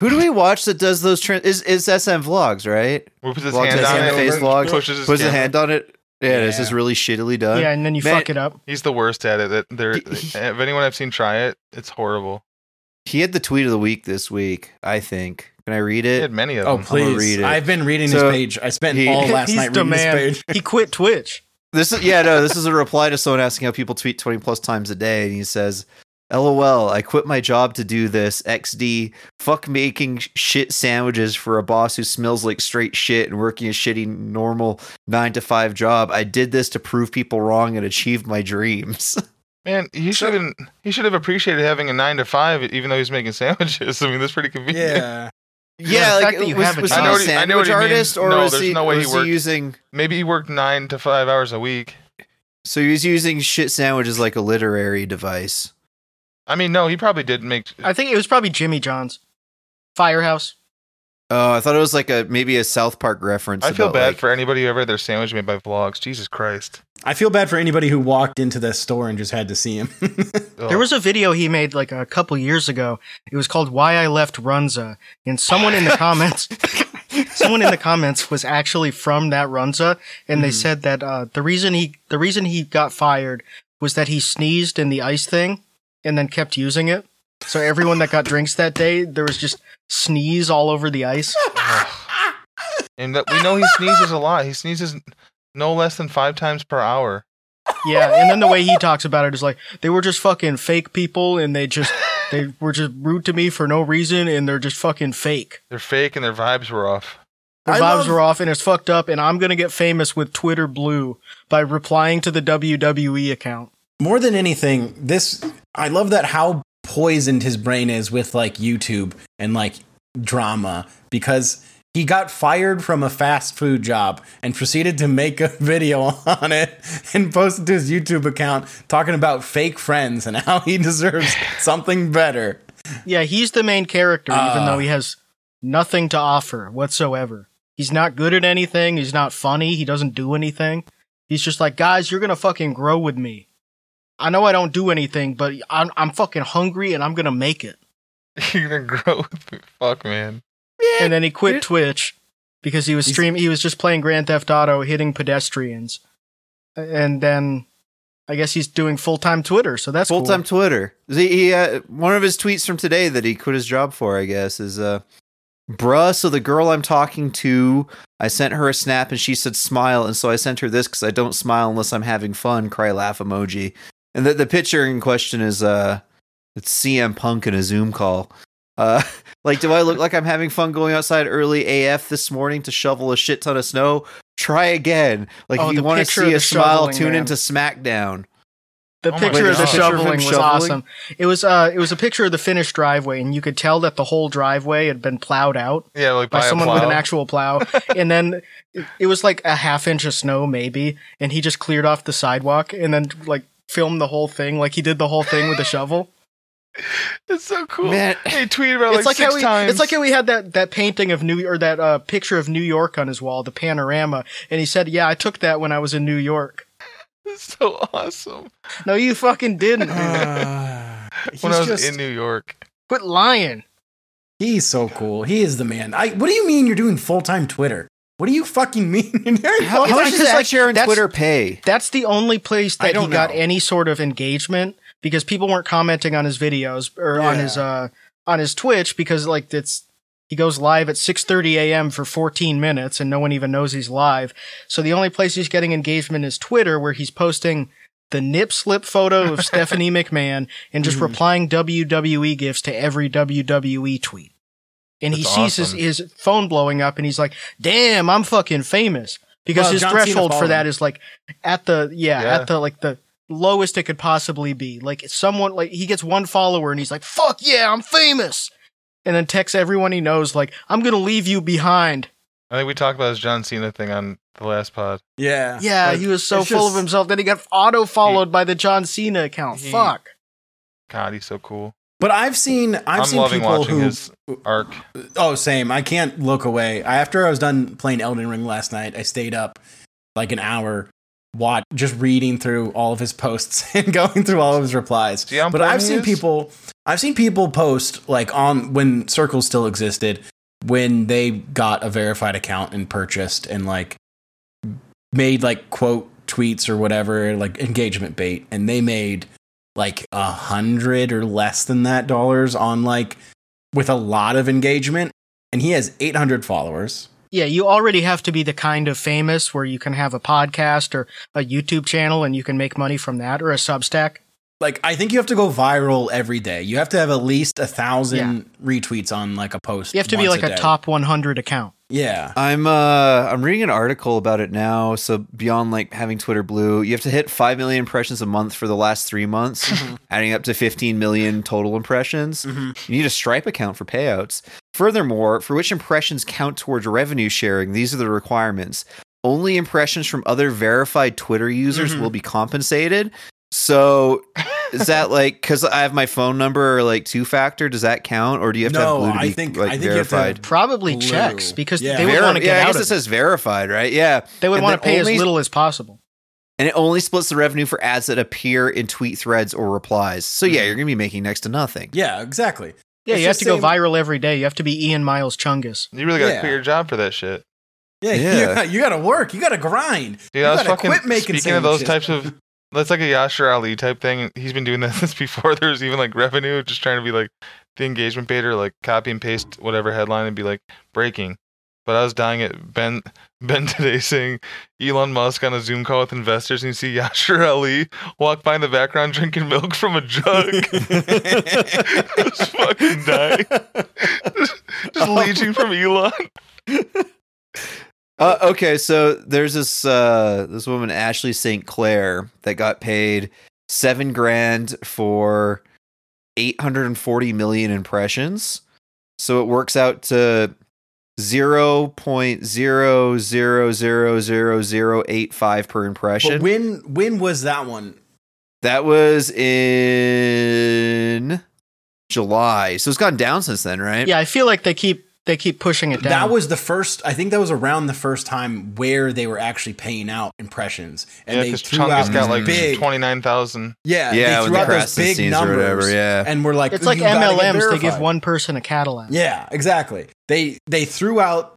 Who do we watch that does those? Tra- is is SM Vlogs right? Who puts his Vlogs hand has on hand it, face vlogs. pushes his Puts his camera. hand on it. Yeah, this Yeah. is really shittily done. Yeah, and then you Man- fuck it up. He's the worst at it. That there, if anyone I've seen try it, it's horrible. He had the tweet of the week this week. I think. Can I read He it? had many of oh, them. gonna please. read it. I've been reading So, this page. I spent he- all (laughs) last He's night the reading man. this (laughs) page. He quit Twitch. This is yeah, no, this is a reply to someone asking how people tweet 20 plus times a day and he says, "LOL, I quit my job to do this. XD, fuck making sh- shit sandwiches for a boss who smells like straight shit and working a shitty normal 9 to 5 job. I did this to prove people wrong and achieve my dreams." (laughs) Man, he should have been- he should have appreciated having a nine to five, even though he's making (laughs) sandwiches. I mean, that's pretty convenient. Yeah. Yeah, yeah, the like fact that you was, have a was job. I he a know what he- I know what sandwich he means. artist or No, was there's he no way he was worked- using Maybe he worked nine to five hours a week. so he was using shit sandwiches like a literary device. I mean, no, he probably did make. I think it was probably Jimmy John's. Firehouse. Oh, I thought it was like a maybe a South Park reference. I feel about, bad like, for anybody who ever had their sandwich made by vlogs. Jesus Christ. I feel bad for anybody who walked into that store and just had to see him. (laughs) There Ugh. was a video he made like a couple years ago. It was called "Why I Left Runza," and someone in the comments, someone in the comments was actually from that Runza, and they said that uh, the reason he the reason he got fired was that he sneezed in the ice thing, and then kept using it. So everyone that got drinks that day, there was just sneeze all over the ice. and that we know he sneezes a lot. He sneezes no less than five times per hour. Yeah, and then the way he talks about it is like they were just fucking fake people, and they just they were just rude to me for no reason, and they're just fucking fake. They're fake and their vibes were off. (laughs) Their vibes I love- were off and it's fucked up, and I'm gonna get famous with Twitter Blue by replying to the WWE account. more than anything, this I love that how poisoned his brain is with like YouTube and like drama because he got fired from a fast food job and proceeded to make a (laughs) video on it and post it to his YouTube account talking about fake friends and how he (laughs) deserves (laughs) something better. Yeah, he's the main character, even Ah. though he has nothing to offer whatsoever. He's not good at anything, he's not funny, he doesn't do anything. He's just like, guys, you're gonna fucking grow with me. I know I don't do anything, but I'm, I'm fucking hungry and I'm gonna make it. You're gonna grow (laughs) with me. Fuck, man. And then he quit Twitch because he was He's- stream he was just playing Grand Theft Auto hitting pedestrians. And then I guess he's doing full-time Twitter, so that's full cool. time Twitter. He, he uh, one of his tweets from today that he quit his job for, I guess, is uh, "Bruh." So the girl I'm talking to, I sent her a snap and she said smile, and so I sent her this because I don't smile unless I'm having fun. Cry laugh emoji. And the the picture in question is uh, it's CM Punk in a Zoom call. Uh, (laughs) like, do I look like I'm having fun going outside early AF this morning to shovel a shit ton of snow? Try again. Like, Oh, if the you want to picture of see the a smile, shoveling, tune man. into SmackDown. The Oh my picture of the God. shoveling was Picture of him shoveling? awesome. It was uh, it was a picture of the finished driveway, and you could tell that the whole driveway had been plowed out Yeah, like by by, a someone with plow. an actual plow. and then it- it was like a half inch of snow, maybe, and he just cleared off the sidewalk and then like filmed the whole thing, like he did the whole thing with a shovel. (laughs) It's so cool. Man. He tweeted about it's like, like, six how we, times. it's like how we had that that painting of New or that uh, picture of New York on his wall, the panorama, and he said, "Yeah, I took that when I was in New York." (laughs) It's so awesome. No, you fucking didn't. dude. Uh, he's when I was just- in New York. Quit lying. He's so cool. He is the man. I. What do you mean you're doing full time Twitter? What do you fucking mean? You're doing How, It's how like- much does it's that like- share in that's- Twitter pay? That's the only place I that he don't got know. any sort of engagement because people weren't commenting on his videos or on Yeah. his uh on his Twitch because like it's he goes live at 6:30 a.m. for 14 minutes and no one even knows he's live. So the only place he's getting engagement is Twitter where he's posting the nip slip photo (laughs) of Stephanie McMahon and just Mhm. replying WWE gifts to every WWE tweet. And he That's sees awesome. his, his phone blowing up and he's like, "Damn, I'm fucking famous." Because Well, his John Cena threshold for followed that him. is like at the yeah, Yeah. at the like the lowest it could possibly be. Like someone like he gets one follower and he's like, "Fuck yeah, I'm famous." and then texts everyone he knows like, "I'm gonna leave you (laughs) behind." I think we talked about his John Cena thing on the last pod. Yeah. Yeah, he was so full of himself that he got auto followed by the John Cena account. Mm-hmm. He- Fuck. God, he's so cool. But I've seen I've I'm seen loving people watching who his arc. Oh, same. I can't look away. I, after I was done playing Elden Ring last night, I stayed up like an hour, watch just reading through all of his posts (laughs) and going through all of his replies. See how but important I've he seen is? people, I've seen people post like on when circles still existed, when they got a verified account and purchased and like made like quote tweets or whatever like engagement bait, and they made like a hundred or less than that dollars on like with a lot of engagement and he has 800 followers Yeah, you already have to be the kind of famous where you can have a podcast or a YouTube channel and you can make money from that or a Substack. like i think you have to go viral every day you have to have at least a thousand retweets on like a post You have to be once like a, day. top 100 account. yeah I'm uh I'm reading an article about it now. So beyond like having Twitter blue, you have to hit five million impressions a month for the last three (laughs) months, Mm-hmm. adding up to fifteen million total impressions. You need a Stripe account for payouts. Furthermore, for which impressions count towards revenue sharing, these are the requirements. Only impressions from other verified Twitter users Mm-hmm. will be compensated. So (laughs) is that like because I have my phone number or like two factor? Does that count, or do you have to have No, blue to I be think- like I think you have to- verified? Probably Blue. checks because Yeah. they would Veri- want to yeah, get I out guess of it says verified, right? Yeah, They would and want to then pay only- as little as possible. and it only splits the revenue for ads that appear in tweet threads or replies. So Mm-hmm. yeah, you're gonna be making next (laughs) to nothing. yeah exactly Yeah, It's you have to the go same- viral every day. You have to be Ian Miles Chungus. You really gotta Yeah. quit your job for that shit. yeah, Yeah. You, gotta, (laughs) you gotta work you gotta grind Dude, you I was gotta fucking quit making speaking of those sandwiches. types of that's like a Yasher Ali type thing. He's been doing (laughs) that since before there was even like revenue, just trying to be like the engagement bait or like copy and paste whatever headline and be like breaking. But I was dying at Ben (laughs) Ben today saying Elon Musk on a Zoom call with investors and you see Yasher Ali walk by in the background drinking milk from a (laughs) jug. (laughs) I was fucking dying. (laughs) (laughs) just leeching from Elon. Uh, okay, so there's this uh, this woman Ashley St. Clair that got paid seven grand for 840 million impressions. So it works out to 0.00000085 per impression. but when when was that one That was in July. So it's gone down since then, right? Yeah, I feel like they keep they keep pushing it down. that was the first i think that was around the first time where they were actually paying out impressions and yeah, they because threw Chungus out got like big twenty nine thousand. yeah they Yeah, when threw the out crash those big big scenes numbers or whatever. Yeah. and we're like it's like "You gotta get MLMs. They give verified." one person a Cadillac. Yeah, exactly. They they threw out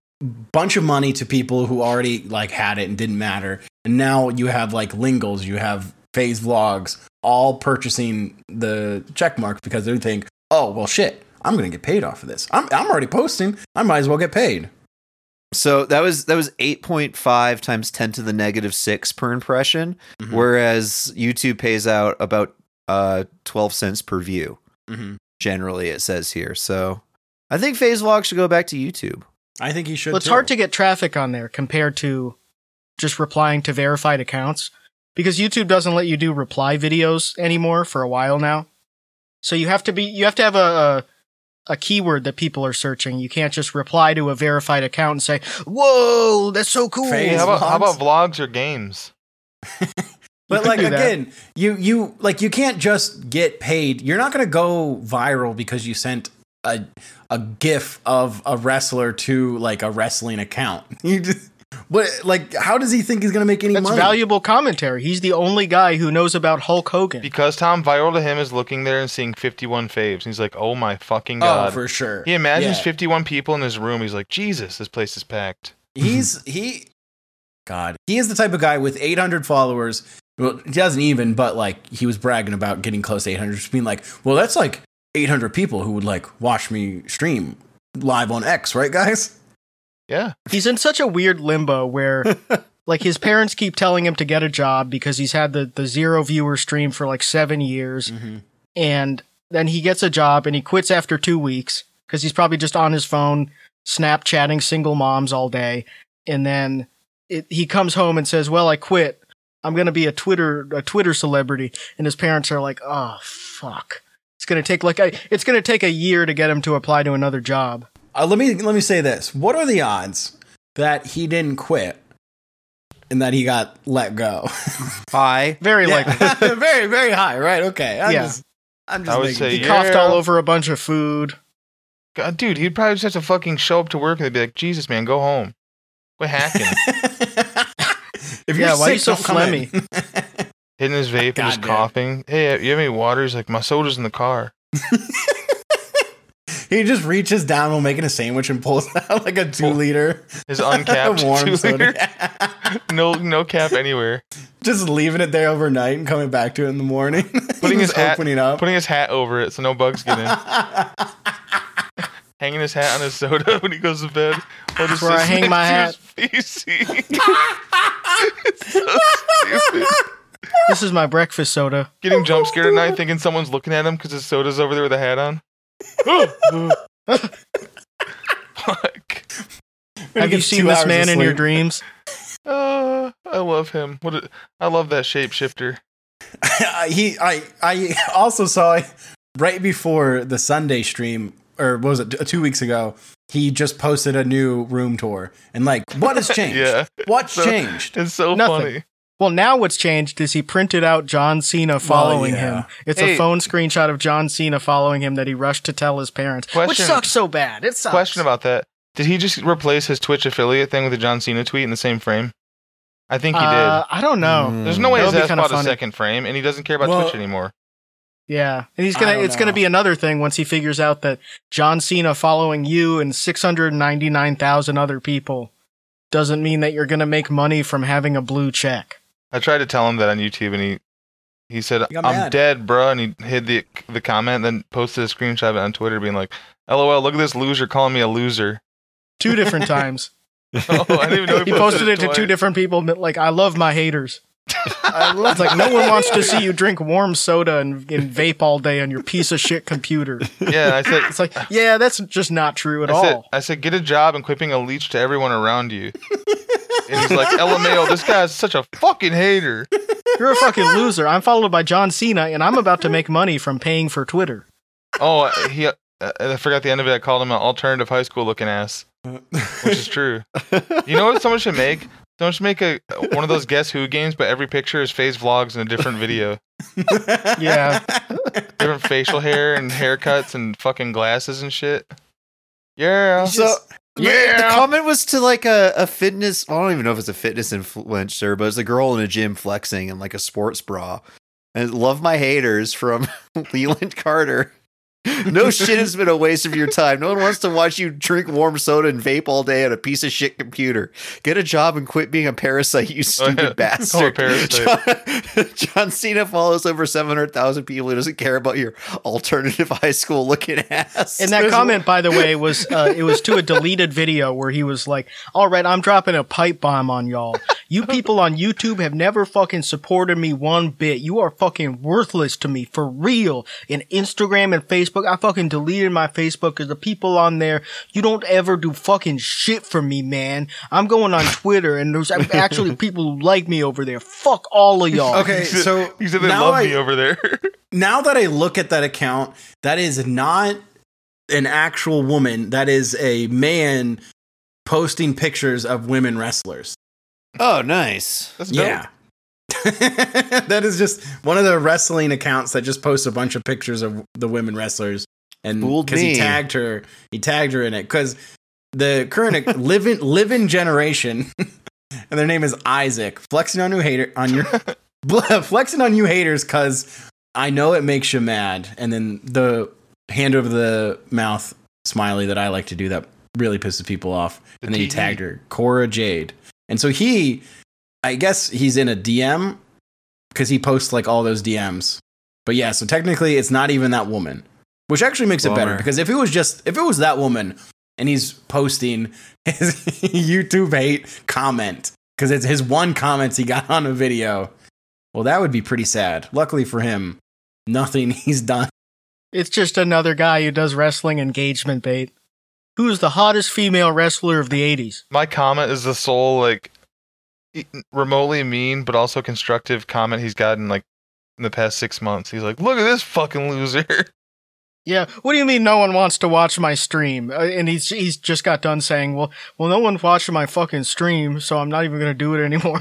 bunch of money to people who already like had it and didn't matter. And now you have like Lingles, you have Phase Vlogs, all purchasing the check marks because they think, oh well, shit, I'm gonna get paid off of this. I'm I'm already posting. I might as well get paid. So that was that was 8.5 times 10 to the negative 6 per impression, Mhm. whereas YouTube pays out about uh 12 cents per view. Mhm. Generally it says here. So I think Phase Vlog should go back to YouTube. I think he should. Well, it's too. hard to get traffic on there compared to just replying to verified accounts because YouTube doesn't let you do reply videos anymore for a while now. So you have to be you have to have a a, a keyword that people are searching. You can't just reply to a verified account and say, "Whoa, that's so cool." Phase Hey, how about how Vlogs? about vlogs or games? You But could like do that. again, you you like you can't just get paid. You're not gonna go viral because you sent a a gif of a wrestler to like a wrestling account. (laughs) You just what like how does he think he's gonna make any That's money? valuable commentary. He's the only guy who knows about Hulk Hogan. Because Tom Viral to him is looking there and seeing 51 faves. And he's like, oh my fucking Oh, god. for sure. he imagines Yeah. 51 people in his room. He's like, Jesus, this place is packed. He's he God. He is the type of guy with 800 followers. Well, he doesn't even, but like he was bragging about getting close to 800, just being like, well, that's like 800 people who would like watch me stream live on X, right, guys? Yeah. he's in such a weird limbo where like his parents keep telling him to get a job because he's had the, the zero viewer stream for like seven years Mm. Mm-hmm. and then he gets a job and he quits after two weeks because he's probably just on his phone snapchatting single moms all day and then it, he comes home and says well i quit i'm going to be a twitter a twitter celebrity and his parents are like oh fuck It's gonna take like a, it's gonna take a year to get him to apply to another job. Uh, let me let me say this: What are the odds that he didn't quit and that he got let go? (laughs) Hi. Very Yeah. likely. (laughs) very very high, right? Okay. I'm Yeah. just, I'm just I would making- say He coughed yeah. all over a bunch of food. God, uh, dude, he'd probably just have to fucking show up to work and they'd be like, Jesus, man, go home. Quit (laughs) hacking. if Yeah, why are you so don't come in. Hitting his vape and God just damn. coughing. Hey, uh, you have any water? He's like, my soda's in the car. (laughs) he just reaches down while making a sandwich and pulls (laughs) out like a two liter (laughs) His uncapped warm (laughs) two liter. soda. (laughs) No, no cap anywhere. just leaving it there overnight and coming back to it in the morning. Putting his (laughs) Just hat- opening up. Putting his hat over it so no bugs (laughs) get in. Hanging his hat on his soda when he goes to bed. Or just Where I sits hang my next to his feces. (laughs) It's so stupid. This is my breakfast soda. Getting jump scared at night thinking someone's looking at him because his soda's over there with a hat on. (laughs) Fuck. Have you seen this man in your dreams? Uh, I love him. What a, I love that shapeshifter. I- (laughs) he I I also saw right before the Sunday stream or what was it t- two weeks ago he just posted a new room tour and like what (laughs) has changed Yeah. what's So- (laughs) changed It's so Nothing. funny. Well, now what's changed is he printed out John Cena following yeah. him. It's Hey. a phone screenshot of John Cena following him that he rushed to tell his parents, which Question- sucks so bad. It sucks. Question about that. Did he just replace his Twitch affiliate thing with a John Cena tweet in the same frame? I think he Uh, I don't know. did. There's no way that his would be ass kinda bought a funny. second frame, and he doesn't care about Well- Twitch anymore. Yeah, and he's I gonna. don't It's gonna know. be another thing once he figures out that John Cena following you and six hundred ninety nine thousand other people doesn't mean that you're gonna make money from having a blue check. I tried to tell him that on YouTube, and he he said, He "I'm got mad. dead, bro," and he hid the the comment, then posted a screenshot of it on Twitter, being like, "LOL, look at this loser calling me a loser." (laughs) Two different times. Oh, I didn't even (laughs) know He posted it to two different people. but, Like, I love my haters. I It's like no one wants to see you drink warm soda and, and vape all day on your piece of shit computer. Yeah, I said, It's like, yeah, that's just not true (laughs) at I said, all. I said, get a job and quit being a leech to everyone around you. (laughs) and he's like, LMAO, this guy's such a fucking hater. You're a fucking loser. I'm followed by John Cena, and I'm about to make money from paying for Twitter. Oh, he. Uh, I forgot the end of it. I called him an alternative high school looking ass, which is true. You know what someone should make? Someone should make a one of those Guess Who games, but every picture is phase vlogs and a different video, Yeah. different facial hair and haircuts and fucking glasses and shit. Yeah. So Yeah. yeah. the comment was to like a, a fitness. I don't even know if it's a fitness influencer, but it's a girl in a gym flexing in like a sports bra. And love my haters from (laughs) Leland Carter. (laughs) No shit has been a waste of your time. No one wants to watch you drink warm soda and vape all day on a piece of shit computer. Get a job and quit being a (laughs) parasite, you stupid yeah. bastard. Oh, a parasite. John, (laughs) John Cena follows over 700,000 people who doesn't care about your alternative high school looking ass. And that There's- comment, by the way, was uh, it was to a deleted video where he was like, "All right, I'm dropping a pipe bomb on y'all. You people on YouTube have never fucking supported me one bit. You are fucking worthless to me for real." And Instagram and Facebook, I fucking deleted my Facebook because the people on there, you don't ever do fucking shit for me, man. I'm going on Twitter, and there's actually people who like me over there. Fuck all of y'all. okay He said- (laughs) so he said they now love I- me over there. (laughs) now that I look at that account, that is not an actual woman. That is a man posting pictures of women wrestlers. Oh, nice. That's dope. Yeah. (laughs) that is just one of the wrestling accounts that just posts a bunch of pictures of the women wrestlers. And Fooled because he me. tagged her, he tagged her in it. Because the current (laughs) living living generation, (laughs) and their name is Isaac, flexing on new hater on your (laughs) flexing on you haters because I know it makes you mad. And then the hand over the mouth smiley that I like to do that really pisses people off. The and then he TE. tagged her, Cora Jade. And so he, I guess he's in a DM because he posts like all those DMs. But yeah, so technically it's not even that woman, which actually makes it better Bummer. because if it was just, if it was that woman and he's posting (laughs) his YouTube hate comment because it's his one comment he got on a video. Well, that would be pretty sad. Luckily for him, nothing (laughs) he's done. It's just another guy who does wrestling engagement bait. Who is the hottest female wrestler of the 80s? My comment is the sole like e- remotely mean but also constructive comment he's gotten like in the past six months. He's like, look at this fucking loser. Yeah, what do you mean no one wants to watch my stream? Uh, And he's he's just got done saying, "Well, well, no one's watching my fucking stream, so I'm not even going to do it anymore."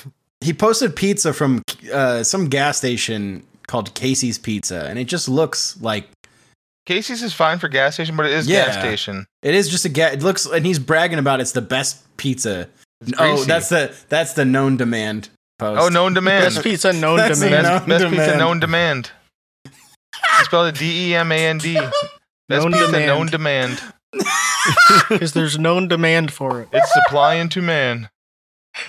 (laughs) He posted pizza from uh, some gas station called Casey's Pizza, and it just looks like Casey's is fine for gas station, but it is gas Yeah. station. it is just a gas. It looks, and he's bragging about it's the best pizza. It's Oh, greasy. that's the that's the known demand post. oh known demand. Best pizza known to That's man. Best, Known best pizza demand. known demand. I spelled it D E M A N (laughs) D. Best Known pizza demand. known demand. (laughs) because there's known demand for it. It's supply and to man. (laughs)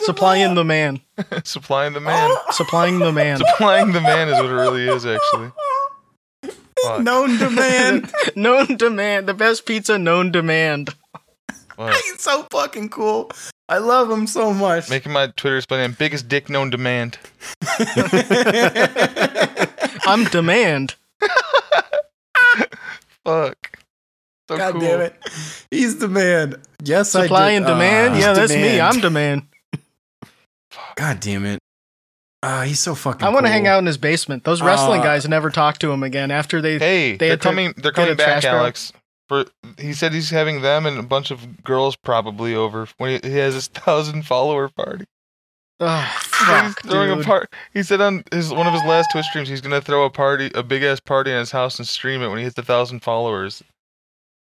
Supplying the man, Supplying the man. supplying the (laughs) man, Supplying the man is what it really is, actually. Fuck, known demand. (laughs) known demand. The best pizza known demand. fuck. It's so fucking cool. I love him so much. Making my Twitter spelling name, biggest dick known demand. I'm demand. Fuck. So God cool. damn it. He's the man. (laughs) Yes, Supply I did. and demand. Ah. yeah, that's me. demand. I'm demand. God damn it. Ah, he's so fucking I want to cool. hang out in his basement. Those wrestling Uh, guys never talk to him again after they. Hey, They they are had to coming. They're a coming trash back, barrel. Alex. For he said he's having them and a bunch of girls probably over when he, he has his thousand follower party. (laughs) Ugh, he's fuck, throwing dude. a part. He said on his one of his last Twitch streams, he's gonna throw a party, a big ass party in his house and stream it when he hits a thousand (laughs) followers.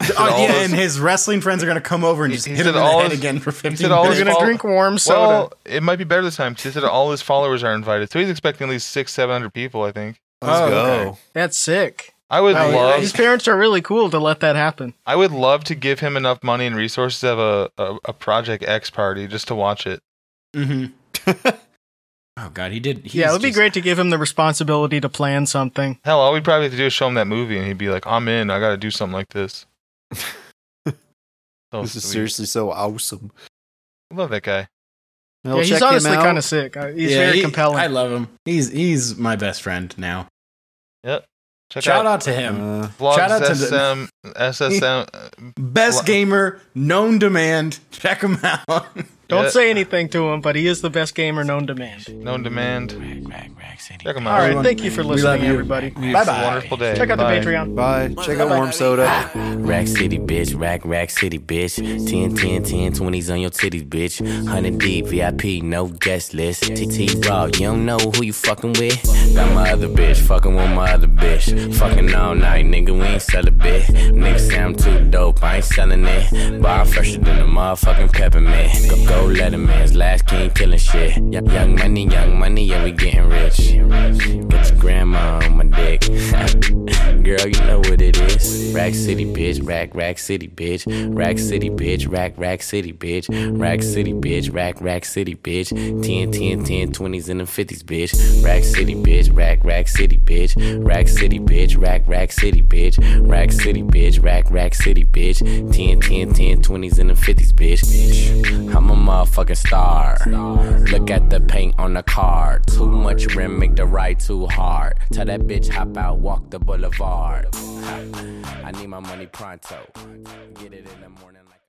He said Oh, all yeah, his- and his wrestling friends are gonna come over and He- just he hit said him in all the head his- again for 15 said all We're his gonna fault. drink warm soda. well, it might be better this time. 'cause He said all his followers are invited, so he's expecting at least six, seven hundred people. I think. Oh, okay. That's sick. I would Wow, love. His parents are really cool to let that happen. I would love to give him enough money and resources to have a, a, a Project X party just to watch it. Mhm. (laughs) oh god, he did. he's yeah, it would be just- great to give him the responsibility to plan something. Hell, all we'd probably have to do is show him that movie, and he'd be like, "I'm in. I got to do something like this." So this is Oh, sweet. seriously so awesome. I love that guy. Well, yeah, he's check him honestly out. kind of sick. Uh, He's Yeah, very he- compelling. I love him. He's he's my best friend now. Check Shout out, out to him. Uh, Vlogs shout out to the- SM, (laughs) SSM. uh, Best Bl- gamer, known demand. Check him out. Don't yeah, say anything to him, but he is the best gamer known to man. known demand. Check him All out. right, Everyone- thank you for we listening, love you. everybody. Have a Bye-bye. Wonderful day. Check out the Bye. Patreon. bye. Check out warm soda. Rack City, bitch. Rack, rack city, bitch. 10, 10, 10, 20s on your titties, bitch. 100 deep, VIP, no guest list. TT Raw, you don't know who you fucking with. Got my other bitch, fucking with my other bitch. Fucking all night, nigga, we ain't sell a bit. Nigga say I'm too dope, I ain't selling it. But I'm fresher than a motherfucking peppermint. Go, go let him in, last king killing shit. Y- young money, young money, yeah, we getting rich. Get your grandma on my dick. (laughs) Girl, you know what it is. Rack City, bitch. Rack, rack city, bitch. Rack City, bitch. Rack, rack city, bitch. Rack City, bitch. Rack, rack city, bitch. 10, 10, 10, 20s and the 50s, bitch. Rack City, bitch. Rack, rack city, bitch. Rack City, bitch. Rack, rack city, bitch. Rack City, bitch. Rack, rack city, bitch. 10, 10, 10, 20s and the 50s, bitch. I'm a motherfucking star. Look at the paint on the car. Too much rim, make the ride too hard. Tell that bitch hop out, walk the boulevard. I need my money pronto. Get it in the morning.